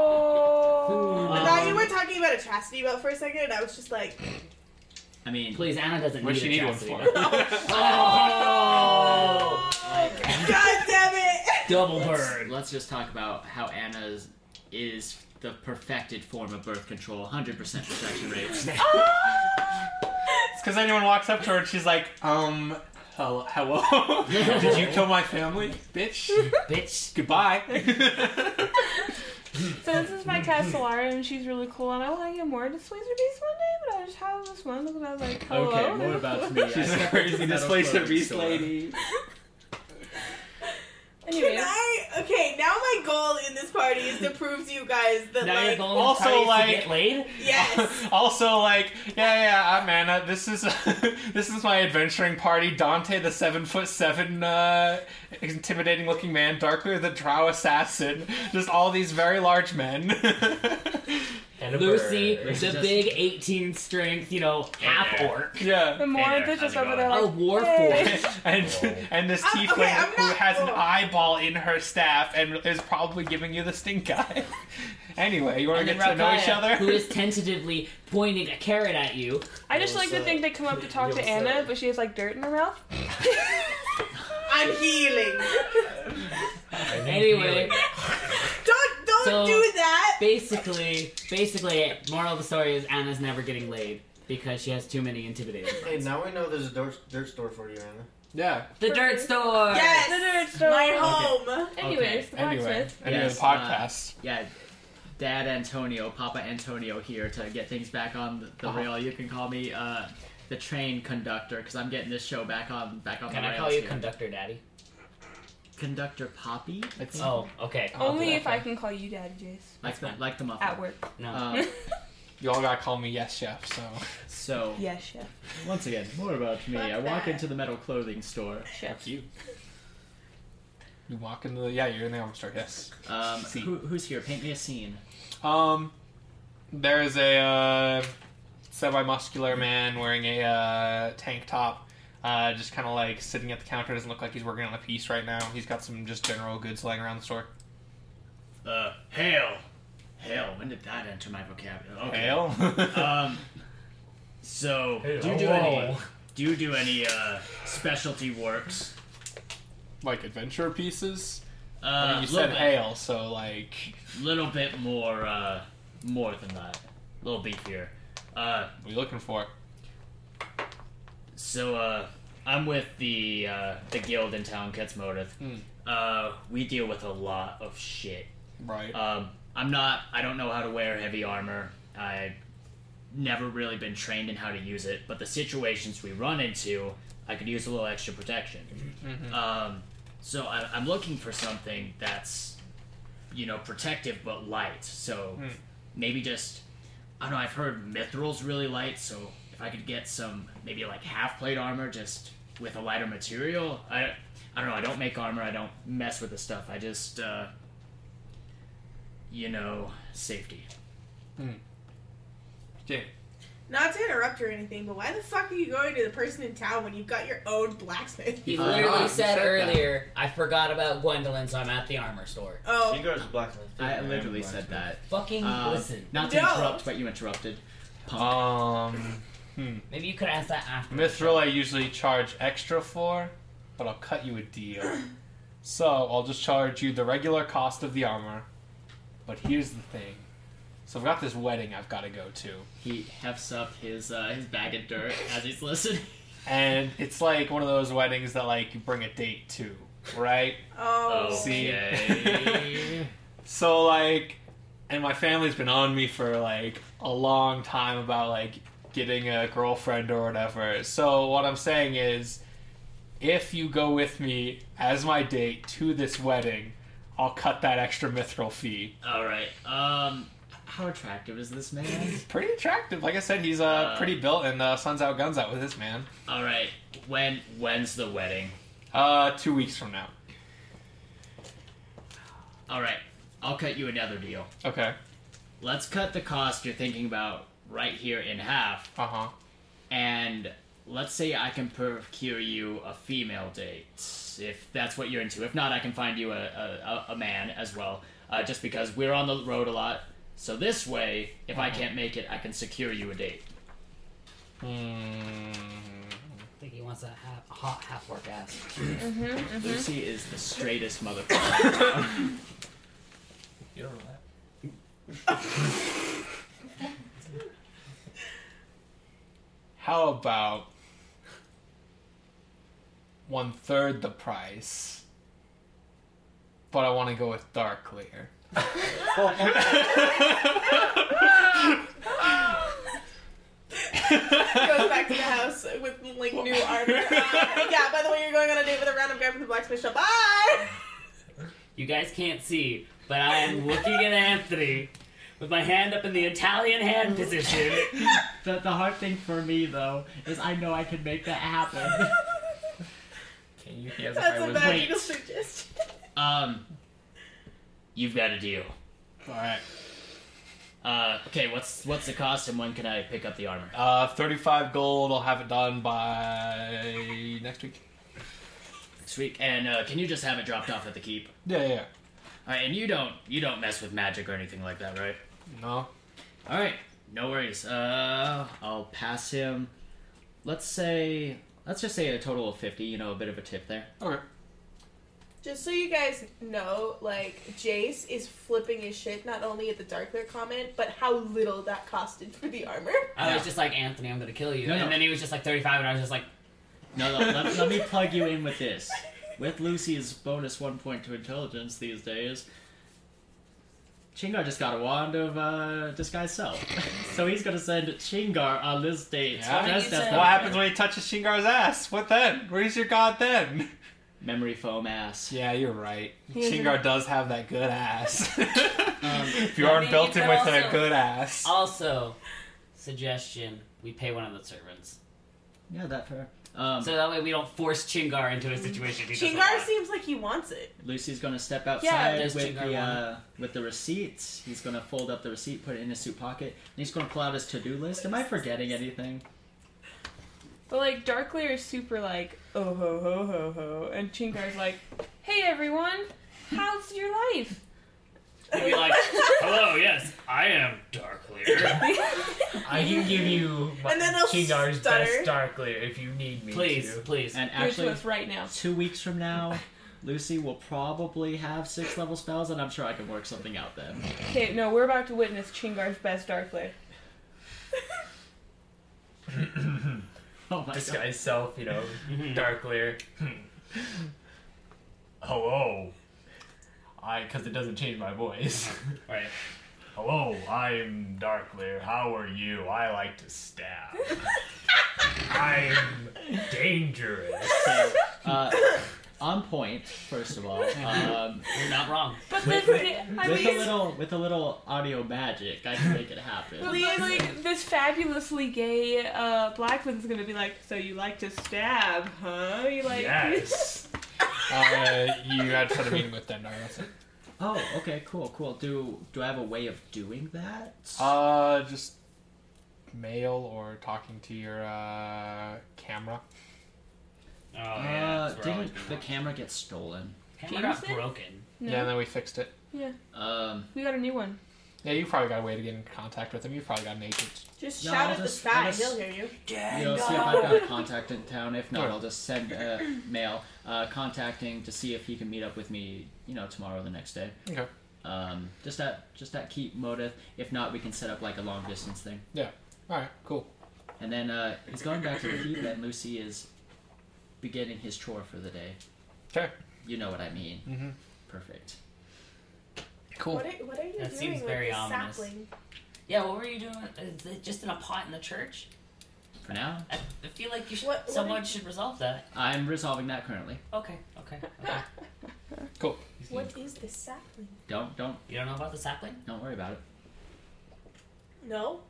S10: Oh. I thought you
S2: Um,
S10: were talking about a chastity belt for a second, and I was just like,
S2: I mean,
S3: Please, Anna doesn't
S7: What
S3: need
S7: does she
S3: a
S7: need one
S3: chastity
S7: for?
S3: belt.
S10: oh, god damn it!
S1: Oh!
S3: Double
S2: Let's-
S3: burn.
S2: Let's just talk about how Anna's is the perfected form of birth control, 100% protection rate.
S7: It's because anyone walks up to her and she's like, um, hel- hello? Did you kill my family? Bitch.
S3: Bitch.
S7: Goodbye.
S6: So this is my Castellara, and she's really cool, and I want to get more displacer beasts one day, but I just have this one, and I was like, hello.
S2: okay, more about me. I
S7: She's a
S2: step into
S7: crazy
S2: the metal
S7: displacer
S2: clothing
S7: beast
S2: store.
S7: lady.
S10: Can I? Okay, now my goal in this party is to prove to you guys that
S3: Now your
S10: like,
S3: goal
S7: also,
S3: also like
S7: like-
S3: to get laid.
S10: yes,
S7: also, like, yeah, yeah, I'm Anna. This is this is my adventuring party. Dante, the seven foot seven, uh, intimidating looking man, Darker, the drow assassin. Just all these very large men.
S1: And a
S3: Lucy,
S1: bird.
S3: the big 18 strength, you know, half orc.
S7: yeah.
S6: The more
S23: Hey there, how's
S6: bitches
S23: it
S6: over there,
S3: A
S12: Oh,
S6: like,
S3: war
S6: Yay.
S3: force.
S7: and and this
S10: I'm-
S7: tiefling
S10: Uh, okay, I'm
S7: who
S10: not-
S7: has an
S10: oh.
S7: eyeball in her staff and is probably giving you the stink eye. anyway, you want to
S3: And
S7: get
S3: then
S7: to know each
S3: Rakaya,
S7: other?
S3: who is tentatively pointing a carrot at you.
S6: I just like to
S9: Yo,
S6: think they come up to talk
S9: Yo,
S6: to
S9: sir.
S6: Anna, but she has like dirt in her mouth.
S10: I'm healing.
S3: Anyway,
S10: Don't don't
S3: So-
S10: do that.
S3: basically, basically, moral of the story is Anna's never getting laid because she has too many intimidating.
S9: Hey, now we know there's a dirt, dirt store for you, Anna.
S7: yeah.
S3: The dirt store.
S10: Yes, my home.
S6: Uh, Anyways, the
S7: Anyway,
S6: blacksmith.
S7: anyway,
S2: Yes,
S1: uh,
S7: the podcast.
S2: Yeah, Dad Antonio, Papa Antonio here to get things back on the, the
S7: Uh-huh.
S2: rail. You can call me uh, the train conductor because I'm getting this show back on back on
S3: Can
S2: the
S3: I
S2: rails
S3: call you
S2: here.
S3: conductor daddy?
S2: conductor Poppy?
S7: It's,
S3: Oh, okay. I'll do
S6: Only
S3: that
S6: if
S3: for
S6: I
S3: you.
S6: can call you Daddy Jace
S2: Like the like the muffin.
S6: at work.
S3: No.
S2: Uh,
S7: You all gotta call me yes, chef. So
S2: so
S6: Yes, chef.
S2: once again, more about me. I walk into the metal clothing store.
S6: Chef.
S7: you. You walk into the yeah, you're in the armor store. Yes.
S2: Um,
S7: Scene.
S2: who, who's here? Paint me a scene.
S7: Um, there is a uh, semi-muscular man wearing a uh, tank top, uh, just kind of like sitting at the counter. Doesn't look like he's working on a piece right now. He's got some just general goods laying around the store.
S21: Uh, hail.
S2: Hell, when did that enter my vocabulary? Okay.
S7: Ale. Uh,
S2: Um, so do you do any? Do you do any uh, specialty works?
S7: like adventure pieces.
S2: Uh,
S7: I mean, you
S2: little
S7: said
S2: bit,
S7: hail, so like
S2: little bit more, uh, more than that. A little beefier. Uh,
S7: what are you looking for?
S2: so uh, I'm with the uh, the guild in town, Ketsmodith.
S7: Hmm.
S2: Uh, we deal with a lot of shit.
S7: Right.
S2: Um, I'm not. I don't know how to wear heavy armor. I never really been trained in how to use it, but the situations we run into, I could use a little extra protection.
S7: Mhm.
S2: Um, so I, I'm looking for something that's, you know, protective but light. So
S7: Hmm.
S2: maybe just, I don't know. I've heard Mithril's really light, so if I could get some maybe like half plate armor, just with a lighter material. I, I don't know. I don't make armor. I don't mess with the stuff. I just, uh, you know, safety.
S7: Yeah.
S12: Not to interrupt or anything, but why the fuck are you going to the person in town when you've got your own blacksmith?
S2: Uh,
S24: He literally said,
S12: that.
S24: earlier, I forgot about Gwendolyn, so I'm at the armor store.
S12: Oh. She
S2: goes
S24: to blacksmith.
S2: I literally said that.
S24: Fucking
S2: Um,
S24: listen.
S2: Not to interrupt, but you interrupted. Uh,
S7: Um, hmm.
S24: Maybe you could ask that after.
S7: Mithril, I usually charge extra for, but I'll cut you a deal. So I'll just charge you the regular cost of the armor. But here's the thing. So I've got this wedding I've got to go to.
S2: He hefts up his uh, his bag of dirt as he's listening.
S7: And it's like one of those weddings that like you bring a date to, right?
S12: Oh.
S7: See?
S2: Okay.
S7: so like and my family's been on me for like a long time about like getting a girlfriend or whatever. So what I'm saying is if you go with me as my date to this wedding, I'll cut that extra mithril fee.
S2: All right. Um, how attractive is this man?
S7: Pretty attractive. Like I said, he's uh, pretty built and uh, sun's out, guns out with this man.
S2: All right. When when's the wedding?
S7: Uh, two weeks from now.
S2: All right. I'll cut you another deal.
S7: Okay.
S2: Let's cut the cost you're thinking about right here in half.
S7: Uh huh.
S2: And let's say I can procure you a female date, if that's what you're into. If not, I can find you a, a, a- a man as well, uh, just because we're on the road a lot. So this way, if I can't make it, I can secure you a date.
S7: Hmm.
S24: I think he wants a half, hot half work ass.
S2: Lucy is the straightest motherfucker.
S1: You don't know that.
S7: How about one third the price? But I want to go with Darklear.
S12: Goes back to the house with like new armor. Uh, yeah. By the way, you're going on a date with a random guy from the blacksmith shop. Bye.
S3: You guys can't see, but I am looking at Anthony with my hand up in the Italian hand position.
S2: the, the hard thing for me though is I know I can make that happen.
S1: Can you? He has
S12: That's a magical
S2: Wait.
S12: suggestion.
S2: Um, you've got a deal.
S7: All right.
S2: Uh, okay. What's what's the cost and when can I pick up the armor?
S7: Uh, 35 gold. I'll have it done by next week.
S2: Sweet. And uh, can you just have it dropped off at the keep?
S7: Yeah, yeah, yeah.
S2: All right, and you don't you don't mess with magic or anything like that, right?
S7: No.
S2: All right, no worries. Uh, I'll pass him. Let's say let's just say a total of fifty. You know, a bit of a tip there.
S7: Okay.
S12: Just so you guys know, like Jace is flipping his shit not only at the Darkler comment, but how little that costed for the armor.
S3: I was just like, Anthony, I'm gonna kill you.
S2: No,
S3: and
S2: no.
S3: then he was just like 35, and I was just like,
S2: No, no let, let me plug you in with this. With Lucy's bonus one point to intelligence these days, Chingar just got a wand of uh, disguise self, so he's gonna send Chingar on this date. dressed as
S7: What happens when he touches Shingar's ass? What then? Where's your god then?
S2: Memory foam ass.
S7: Yeah, you're right.
S2: He is-
S7: Shingar does have that good ass. if you
S3: I
S7: aren't
S3: mean,
S7: built in
S3: could
S7: with
S3: also- Oh.
S7: a good ass.
S3: Also, suggestion: we pay one of the servants.
S2: Yeah, that fair. Um,
S3: so that way we don't force Chingar into a situation. He doesn't
S12: Chingar seems like he wants it.
S2: Lucy's gonna step
S12: Yeah,
S2: outside
S12: there's
S2: with
S12: Chingar
S2: the
S12: one.
S2: uh, with the receipt. He's gonna fold up the receipt, put it in his suit pocket, and he's gonna pull out his to do list. Am I forgetting anything?
S6: But like Darklear is super like oh ho ho ho ho, and Chingar's like, hey everyone, how's your life?
S3: He'd be like, "Hello, yes, I am Darklear.
S1: I can give you my
S6: And then they'll
S1: Chingar's
S6: stutter.
S1: best Darklear if you need me
S2: Please,
S1: to.
S3: please.
S2: And
S6: Give it to
S2: actually,
S6: us right now.
S2: two weeks from now, Lucy will probably have six level spells, and I'm sure I can work something out then.
S6: Okay, no, we're about to witness Chingar's best Darklear.
S2: oh my
S1: Disguise self, you know, Darklear. Hello. I, because it doesn't change my voice.
S3: Right.
S1: Hello, I'm Darklear. How are you? I like to stab. I'm dangerous.
S2: So, uh, on point, first of all. Um,
S3: You're not wrong. Oh,
S6: But
S2: with,
S6: then
S2: with-
S6: I
S2: with
S6: mean-
S2: a little with a little audio magic, I can make it happen.
S6: But then, like this fabulously gay uh, black woman's gonna be like, so you like to stab, huh? You like
S7: Yes. Uh, you had set a meeting with Dendar. That's it.
S2: Oh, okay, cool, cool. Do do I have a way of doing that?
S7: Uh, just mail or talking to your uh, camera.
S3: Oh
S2: uh, didn't the camera get stolen?
S6: Camera got Jameson? broken. No.
S7: Yeah, and then we fixed it.
S6: Yeah.
S2: Um.
S6: We got a new one.
S7: Yeah, you probably got a way to get in contact with him. You probably got an agent.
S10: Just
S2: No,
S10: shout
S2: I'll
S10: at the
S2: just-
S10: sky,
S2: I'll just-
S10: he'll hear you.
S2: You know, see if I've got a contact in town. If not, I'll just send a mail uh, contacting to see if he can meet up with me. You know, tomorrow or the next day.
S7: Okay.
S2: Um, just at just at keep motive. If not, we can set up like a long distance thing.
S7: Yeah. All right. Cool.
S2: And then uh, he's going back to the keep, and Lucy is beginning his chore for the day.
S7: Okay.
S2: You know what I mean.
S7: Mhm.
S2: Perfect.
S7: Cool.
S10: What are, what are you
S2: That
S10: doing
S2: seems
S10: with
S2: very
S10: this
S2: ominous.
S10: sapling?
S24: Yeah, what were you doing? Is it just in a pot in the church?
S2: For now,
S24: I, I feel like you should,
S10: What- what
S24: someone
S10: did-
S24: should resolve that.
S2: I'm resolving that currently.
S24: Okay, okay, okay.
S7: Cool.
S10: What is this sapling?
S2: Don't don't
S24: You don't know about the sapling?
S2: don't worry about it.
S10: No?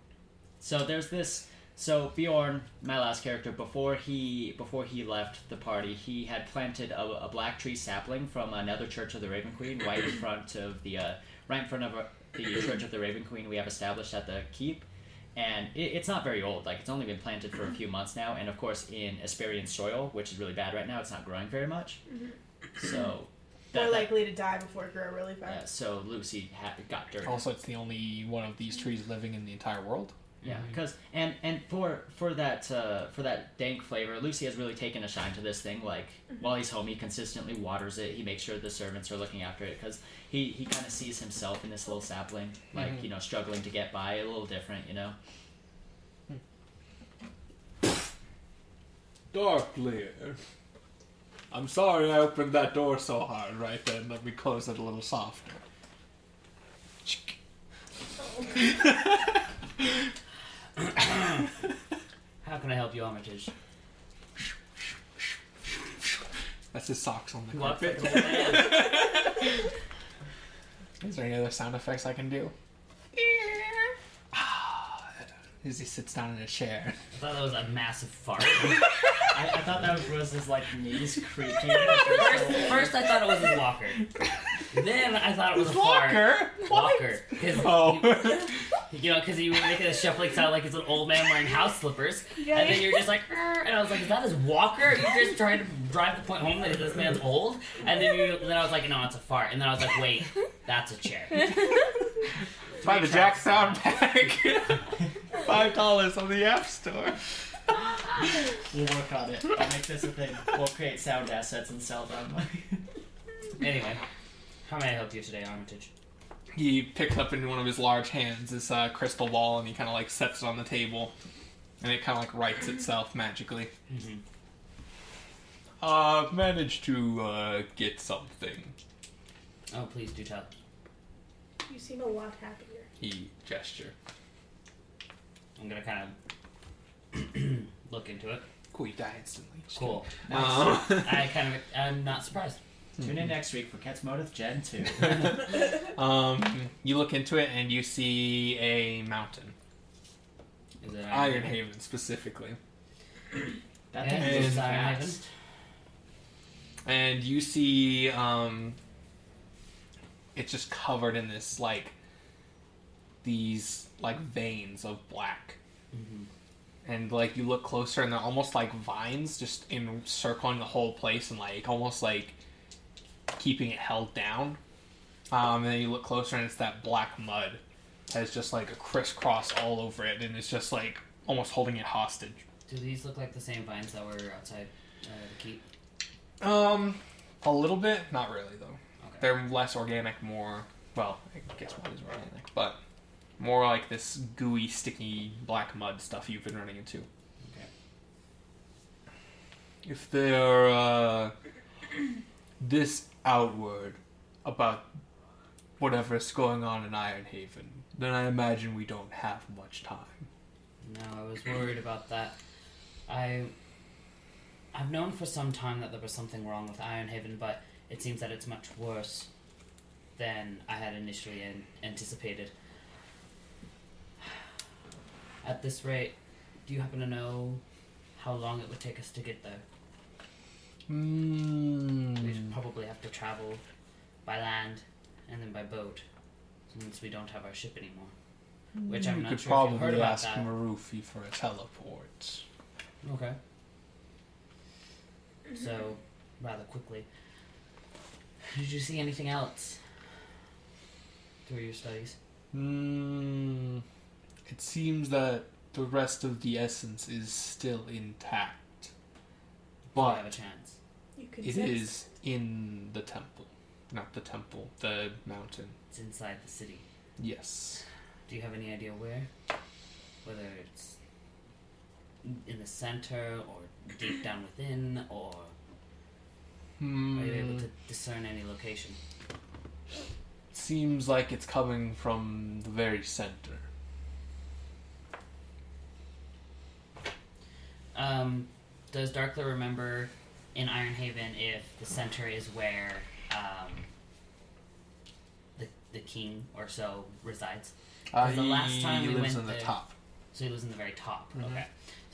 S2: So there's this. So Bjorn, my last character, before he before he left the party, he had planted a, a black tree sapling from another Church of the Raven Queen, right in front of the uh, right in front of uh, the Church of the Raven Queen we have established at the keep. And it, it's not very old; like it's only been planted for a few months now. And of course, in Asperian soil, which is really bad right now, it's not growing very much. So,
S10: More
S2: that, that-
S10: likely to die before it grow really
S2: yeah,
S10: fast.
S2: so Lucy ha- got dirty.
S7: Also, it's the only one of these trees living in the entire world.
S2: Yeah, because and and for for that uh, for that dank flavor, Lucy has really taken a shine to this thing. Like while he's home, he consistently waters it. He makes sure the servants are looking after it because he he kind of sees himself in this little sapling, like
S7: Mhm.
S2: you know, struggling to get by, a little different, you know.
S7: Darklear. I'm sorry I opened that door so hard right then. Let me close it a little softer.
S3: How can I help you, Armitage?
S7: That's his socks on the
S3: He walks
S7: carpet.
S3: like a little
S7: Is there any other sound effects I can do? As he sits down in a chair.
S3: I thought that was a massive fart.
S2: I, I thought that was Rose's like knees creaking.
S24: First, first I thought it was his walker. Then I thought it was a
S7: Walker?
S24: fart. Walker. 'Cause
S7: Oh.
S24: he- you know, because he was making a shuffling sound like it's an old man wearing house slippers. And then you're just like, "Err," and I was like, is that his walker? Are you just trying to drive the point home that this man's old? And then you, then I was like, no, it's a fart. And then I was like, wait, that's a chair.
S7: By the Jack Sound Pack. Five dollars on the App Store.
S2: We'll work on it. I'll make this a thing. We'll create sound assets and sell them.
S3: anyway, how may I help you today, Armitage?
S7: He picks up in one of his large hands this uh, crystal ball and he kind of like sets it on the table, and it kind of like writes itself magically.
S3: Mhm.
S7: I've Mm-hmm. managed to uh, get something.
S3: Oh, please do tell.
S10: You seem a lot happier.
S7: He gesture.
S3: I'm gonna kind of look into it.
S7: Cool, you die instantly.
S3: Cool.
S7: Um,
S3: I kind of I'm not surprised.
S2: Tune in next week for Cat's Motive Gen Two.
S7: um, you look into it and you see a mountain,
S3: Is it
S7: Iron Haven specifically,
S2: That
S3: Yeah,
S2: thing
S7: it's
S2: is
S7: Iron
S2: fast.
S7: and you see um, it's just covered in this like these like veins of black. and like you look closer and they're almost like vines just encircling the whole place and like almost like keeping it held down um, and then you look closer and it's that black mud has just like a crisscross all over it and it's just like almost holding it hostage
S3: Do these look like the same vines that were outside uh, the keep?
S7: um a little bit not really though they're less organic more well i guess one is organic but more like this gooey sticky black mud stuff you've been running into
S3: Okay.
S7: if they're uh, this outward about whatever's going on in Ironhaven, then I imagine we don't have much time.
S3: No, I was worried about that. I I've known for some time that there was something wrong with Ironhaven, but it seems that it's much worse than I had initially an- anticipated. At this rate, do you happen to know how long it would take us to get there?
S7: Hmm.
S3: We'd probably have to travel by land and then by boat, since we don't have our ship anymore. Which I'm
S7: Hmm. we
S3: not
S7: could
S3: sure if
S7: probably
S3: you heard about
S7: ask
S3: that.
S7: Marufi for a teleport.
S3: Okay. So, rather quickly. Did you see anything else through your studies?
S7: Hmm. It seems that the rest of the essence is still intact, but
S3: have a chance. You could
S7: it
S3: sense
S7: is in the temple, not the temple, the mountain.
S3: It's inside the city.
S7: Yes.
S3: Do you have any idea where? Whether it's in the center or deep down within, or are you able
S7: Hmm.
S3: to discern any location?
S7: Seems like it's coming from the very center.
S3: Um, does Darkler remember in Ironhaven if the center is where um, the the king or so resides?
S7: Uh,
S3: 'Cause the last
S7: he
S3: time we
S7: lives
S3: went
S7: in the
S3: there-
S7: top.
S3: So he lives in the very top.
S2: Mm-hmm.
S7: Mhm.
S3: Okay,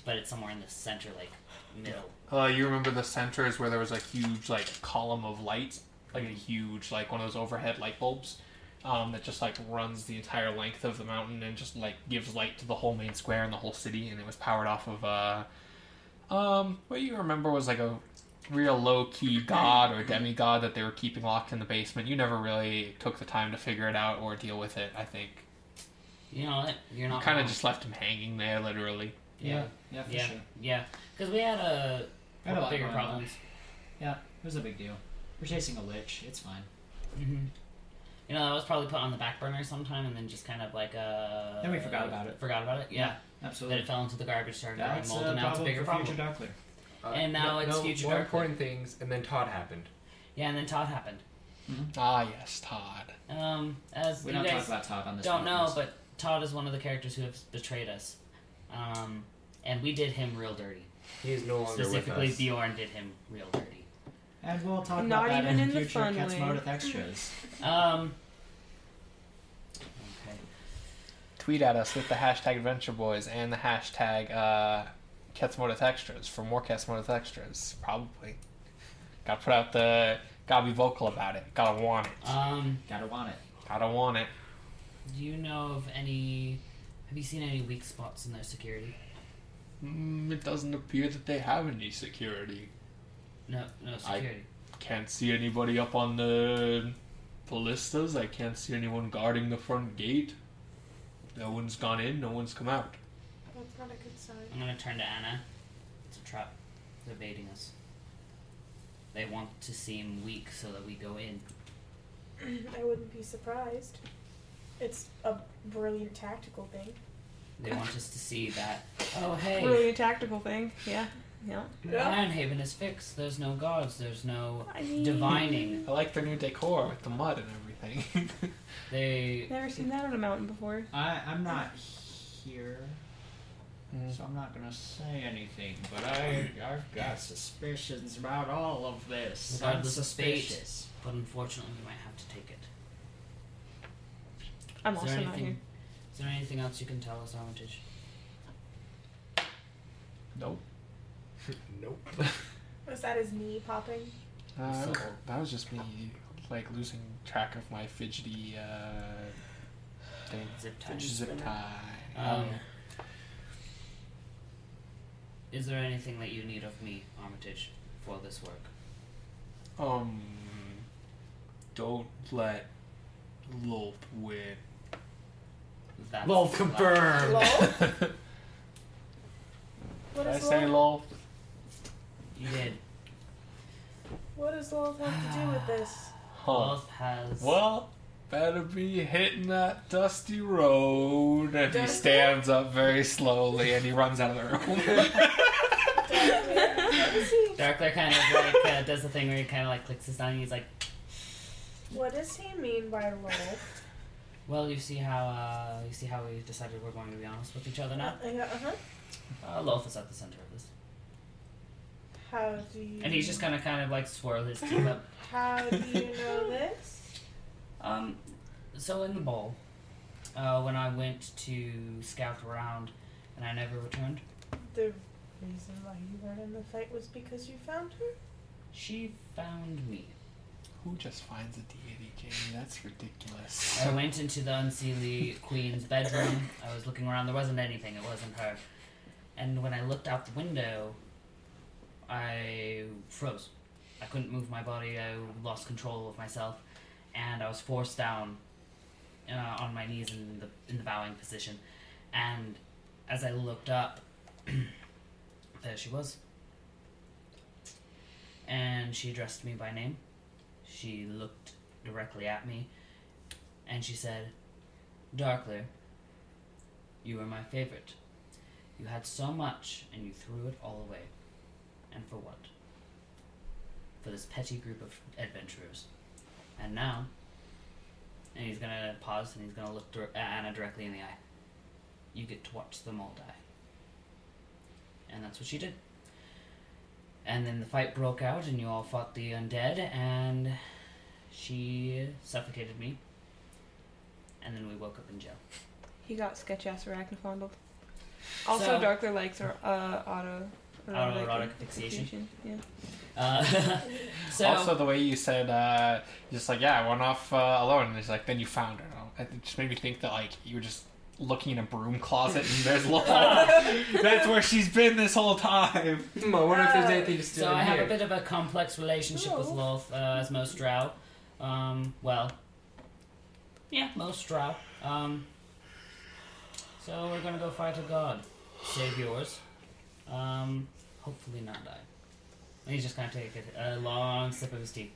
S3: but it's somewhere in the center, like middle.
S7: Uh, you remember the center is where there was a huge like column of light, like a huge like one of those overhead light bulbs, um, that just like runs the entire length of the mountain and just like gives light to the whole main square and the whole city, and it was powered off of uh, um, what you remember was like a real low key god or demigod that they were keeping locked in the basement. You never really took the time to figure it out or deal with it. I think
S3: You know what? You're not
S7: kind of
S3: wrong.
S7: just left him hanging there, literally.
S2: Yeah. Yeah, for
S3: yeah,
S2: sure.
S3: Yeah, because we had a,
S2: I had a lot
S3: bigger
S2: going on.
S3: problems.
S2: Yeah, it was a big deal. We're chasing a lich. It's fine.
S3: hmm You know, that was probably put on the back burner sometime, and then just kind of like uh.
S2: Then we forgot about it.
S3: Forgot about it. Yeah,
S2: Yeah, absolutely.
S3: Then it fell into the garbage, started growing
S2: That's
S3: mold,
S2: a
S3: and now it's a
S2: problem
S3: bigger
S2: uh, for
S3: problem.
S2: future Darkler.
S3: and now
S1: Uh, no,
S3: it's
S1: no,
S3: future
S1: More
S3: Darkler.
S1: important things, and then Todd happened.
S3: Yeah, and then Todd happened.
S7: Ah, yes, Todd.
S3: Um, as
S2: We
S3: you
S2: don't talk
S3: guys
S2: about Todd on this
S3: Don't know,
S2: podcast.
S3: but Todd is one of the characters who have betrayed us, um, and we did him real dirty.
S1: He is no longer with
S3: Specifically,
S1: us.
S3: Bjorn did him real dirty.
S2: And we'll talk
S3: Not
S2: about that
S3: even
S2: in,
S3: in the
S2: future
S3: fun
S2: Cat's
S3: way.
S2: Mode with extras.
S3: Um.
S7: tweet at us with the hashtag adventure boys and the hashtag uh Ketsmodeth extras for more Ketsmodeth extras probably gotta put out the gotta be vocal about it gotta want it
S3: um
S2: gotta want it
S7: gotta want it
S3: Do you know of any? Have you seen any weak spots in their security?
S7: mm, it doesn't appear that they have any security
S3: No, no security.
S7: I can't see anybody up on the ballistas I can't see anyone guarding the front gate no one's gone in no one's come out
S6: That's not a good
S3: I'm
S6: sign.
S3: gonna turn to Anna. It's a trap. They're baiting us. They want to seem weak so that we go in.
S10: I wouldn't be surprised. It's a brilliant tactical thing.
S3: They want us to see that. Oh hey,
S6: Really a tactical thing. Yeah. Yeah.
S3: Ironhaven is fixed. There's no guards. There's no
S6: I mean-
S3: divining.
S7: I like their new decor with the mud and everything
S3: They.
S6: Never seen that on a mountain before.
S2: I, I'm not here, so I'm not gonna say anything. But I, I've got suspicions about all of this. I'm
S3: Regardless of fate,
S2: suspicious.
S3: but unfortunately we might have to take it.
S6: I'm
S3: Is
S6: also
S3: there
S6: not
S3: anything-
S6: here.
S3: Is there anything else you can tell us, Armitage?
S7: nope
S1: nope
S10: Was that his knee popping?
S7: Uh,
S3: So-
S7: that was just me, like losing track of my fidgety uh, thing.
S3: Zip tie.
S7: Fidget Zip tie.
S3: Um,
S7: Um,
S3: Is there anything that you need of me, Armitage, for this work?
S7: um, don't let Lolp win.
S3: That's
S7: Lolp confirmed. Lolp?
S10: What
S7: Did I
S10: is
S7: say Lolp?
S3: You did.
S10: What does Lilith have to do with this?
S7: Huh.
S3: Lolp has.
S7: Well, better be hitting that dusty road. And he
S10: Dusty?
S7: stands up very slowly and he runs out of the room.
S3: Darkler kind of like uh, does the thing where he kind of like clicks his tongue. and He's like,
S10: What does he mean by Lilith?
S3: Well, you see how uh, you see how we decided we're going to be honest with each other now.
S10: Uh, yeah, uh-huh.
S3: Uh, Loth is at the center of this,
S10: How do you?
S3: and he's just gonna kind of like swirl his teeth up.
S10: How do you know this?
S3: Um, so in the bowl, uh, when I went to scout around, and I never returned,
S10: The reason why you weren't in the fight was because you found her.
S3: She found me.
S7: Who just finds a deity, Jamie? That's ridiculous.
S3: I went into the unseelie queen's bedroom. I was looking around. There wasn't anything. It wasn't her. And when I looked out the window, I froze. I couldn't move my body. I lost control of myself, and I was forced down uh, on my knees in the in the bowing position. And as I looked up, there she was. And she addressed me by name. She looked directly at me, and she said, Darkler, you were my favorite. You had so much, and you threw it all away. And for what? For this petty group of adventurers. And now, and he's gonna pause and he's gonna look dir- at Anna directly in the eye. You get to watch them all die. And that's what she did. And then the fight broke out, and you all fought the undead, and she suffocated me. And then we woke up in jail.
S6: He got sketch ass arachnophondled. Also,
S3: So-
S6: darker likes are uh, auto.
S3: Autoerotic fixation.
S6: Yeah.
S3: Uh, so
S7: also, the way you said, uh, just like, yeah, I went off uh, alone, and it's like, then you found her. It just made me think that, like, you were just looking in a broom closet, and there's Lola. That's where she's been this whole time.
S9: Hmm, I wonder if there's anything to steal
S3: so
S9: in
S3: I have
S9: here.
S3: a bit of a complex relationship with Loth, uh, as most drow. Um, well, yeah, most drow. Um, so we're gonna go fight a god, save yours. Um, hopefully not die. And he's just gonna take a, a long sip of his tea.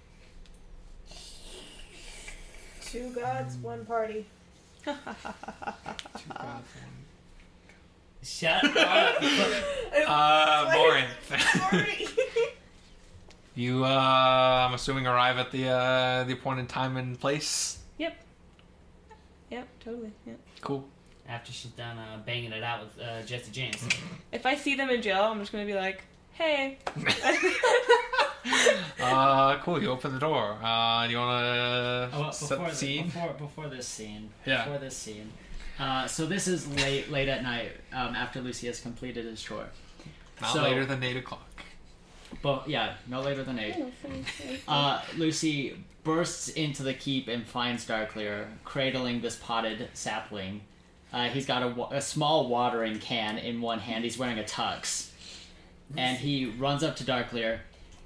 S10: Two gods, one party.
S3: Shut up.
S7: Uh, Morinth.
S10: Sorry.
S7: you, uh, I'm assuming, arrive at the uh, the appointed time and place.
S6: Yep. Yep. Totally. Yep.
S7: Cool.
S3: After she's done uh, banging it out with uh, Jesse James.
S6: If I see them in jail, I'm just gonna be like, "Hey,
S7: Uh, cool. You open the door. Uh, do you want to
S2: Oh, well,
S7: set
S2: before,
S7: the scene?
S2: before before this scene.
S7: Yeah.
S2: Before this scene. Uh, so this is late late at night um, after Lucy has completed his chore.
S7: Not
S2: So-
S7: later than eight o'clock.
S2: But yeah, no later than eight. Uh, Lucy bursts into the keep and finds Darklear cradling this potted sapling. Uh, he's got a, wa- a small watering can in one hand. He's wearing a tux, and he runs up to Darklear.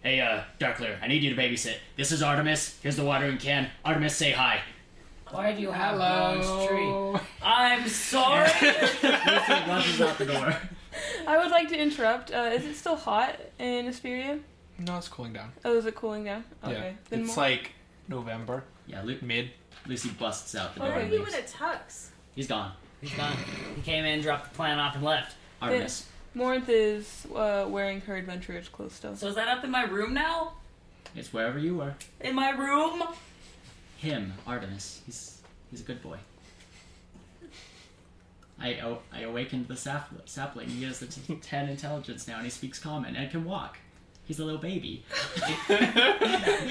S2: Hey, uh, Darklear, I need you to babysit. This is Artemis. Here's the watering can. Artemis, say hi.
S3: Why do you have
S2: Hello.
S3: Lawrence Tree? I'm sorry.
S2: Lucy rushes out the door.
S6: I would like to interrupt. Uh, is it still hot in Asperia?
S7: No, it's cooling down.
S6: Oh, is it cooling down? Okay.
S7: Yeah.
S6: Then
S7: it's
S6: more-
S7: like November.
S2: Yeah, Lu-
S7: mid.
S2: Lucy busts out the
S25: Why
S2: door.
S25: are
S2: and
S25: you
S2: leaves.
S25: in a tux?
S2: He's gone.
S3: He's gone. He came in, dropped the plan off, and left.
S2: Artemis.
S6: Morinth is uh, wearing her adventurer's clothes still.
S3: So is that up in my room now?
S2: It's wherever you were.
S3: In my room?
S2: Him, Artemis. He's he's a good boy. I o- I awakened the sap- sapling. He has a t- ten intelligence now, and he speaks common and can walk. He's a little baby. we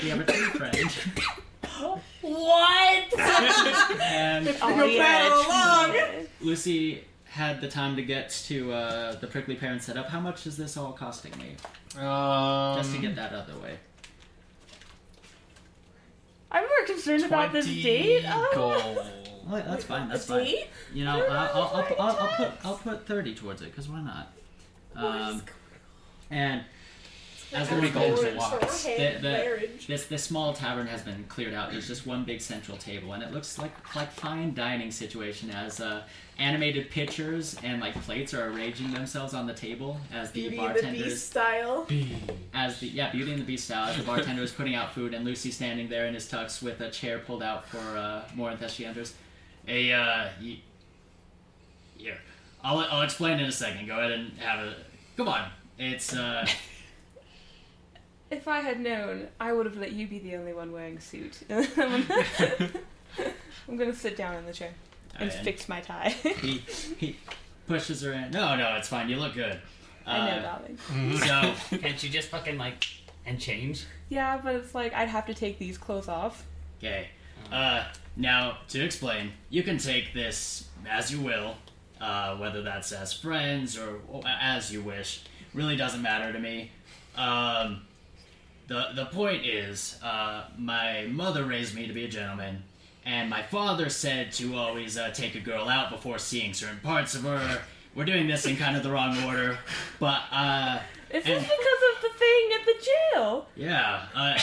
S2: have a tree friend.
S3: What?
S2: And
S3: You're battle along.
S2: Lucy had the time to get to uh, the prickly pear and set up. How much is this all costing me?
S7: Um,
S2: Just to get that out of the way.
S6: I'm more concerned about this date. Oh.
S2: Well, that's fine. That's
S6: A
S2: fine.
S6: date?
S2: You know, I'll, I'll, I'll, I'll, I'll put I'll put thirty towards it because why not? Um, and as the
S25: Like,
S2: week
S25: I'm
S2: goes
S25: bored,
S2: along,
S25: so we're
S2: the,
S25: having
S2: the,
S25: marriage.
S2: this this small tavern has been cleared out. There's just one big central table, and it looks like like fine dining situation as uh, animated pictures and like plates are arranging themselves on the table as the
S25: Beauty and the Beast
S2: bartenders
S25: style.
S2: as the yeah Beauty and the Beast style as the bartender is putting out food and Lucy standing there in his tux with a chair pulled out for uh, Morinth as she enters. Hey, uh, you, here, I'll I'll explain in a second. Go ahead and have a come on. It's uh.
S6: If I had known, I would have let you be the only one wearing a suit. I'm gonna sit down in the chair and
S2: Alright.
S6: fix my tie.
S2: he, he pushes her in. No, no, it's fine. You look good.
S6: I know,
S2: Uh,
S6: darling.
S24: So can't you just fucking like and change?
S6: yeah, but it's like I'd have to take these clothes off.
S2: Okay. Uh, now, to explain, you can take this as you will, uh, whether that's as friends or or as you wish. Really doesn't matter to me. Um, the, the point is, uh, my mother raised me to be a gentleman, and my father said to always uh, take a girl out before seeing certain parts of her. We're doing this in kind of the wrong order, but uh,
S6: Is
S2: and-
S6: this because of the thing at the jail?
S2: yeah, uh,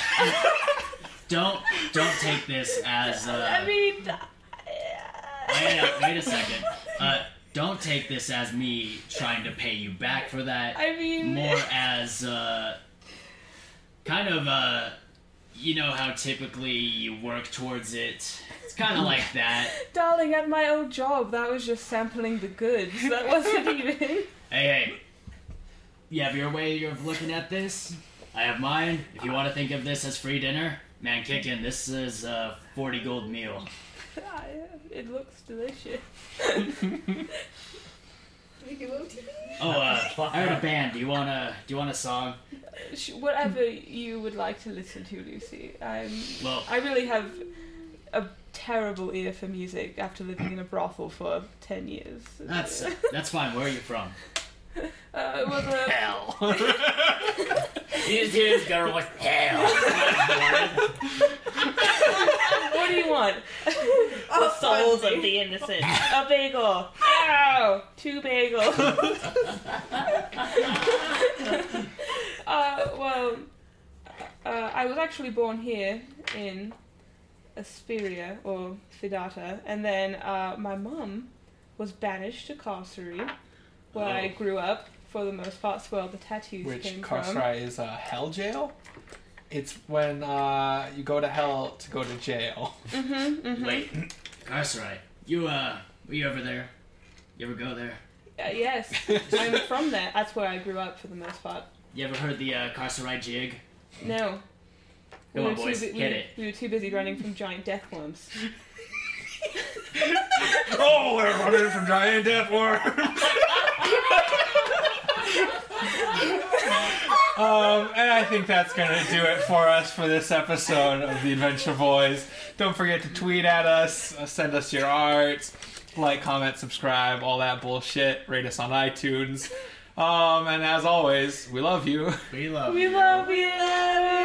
S2: don't don't take this as. Uh,
S6: I mean,
S2: Wait a, wait a second. Uh, don't take this as me trying to pay you back for that.
S6: I mean-
S2: more as uh, kind of uh, you know how typically you work towards it. It's kind of like that.
S6: darling, at my old job, that was just sampling the goods. That wasn't even.
S2: Hey, hey. You have your way of looking at this. I have mine. If you want to think of this as free dinner, man, kick in. This is a forty gold meal.
S6: it looks delicious.
S2: Oh, uh, I heard a band. Do you wanna? Do you want a song?
S6: Sh- Whatever you would like to listen to, Lucy. I'm.
S2: Well-
S6: I really have a terrible ear for music after living in a brothel for ten years.
S2: That's that's fine. Where are you from?
S6: Uh, well, the-
S2: Hell.
S24: You just hear this girl like hell.
S6: what do you want? the souls of the innocent. A bagel. Ow! Two bagels. uh, well, uh, I was actually born here in Asperia or Fidata, and then uh, my mum was banished to Carcery, where I
S7: Oh.
S6: grew up. For the most part, it's where all the tattoos
S7: Which
S6: came
S7: Karsarai is uh, hell jail? It's when uh, you go to hell to go to jail.
S6: from. Mm-hmm, mm-hmm.
S2: Wait, Carcerite, you uh, were you over there? You ever go there?
S6: Uh, yes, I'm from there. That's where I grew up for the most part.
S2: You ever heard the uh, Carcerite jig?
S6: No.
S2: Come on, boys,
S6: too, bu- we,
S2: hit it.
S6: we were too busy running from giant death worms.
S5: Oh, we're running from giant death worm.
S7: Um, and I think that's going to do it for us for this episode of The Adventure Boys. Don't forget to tweet at us, uh, send us your art, like, comment, subscribe, all that bullshit. Rate us on iTunes. Um, and as always, we love you.
S2: We love
S6: we love, we love.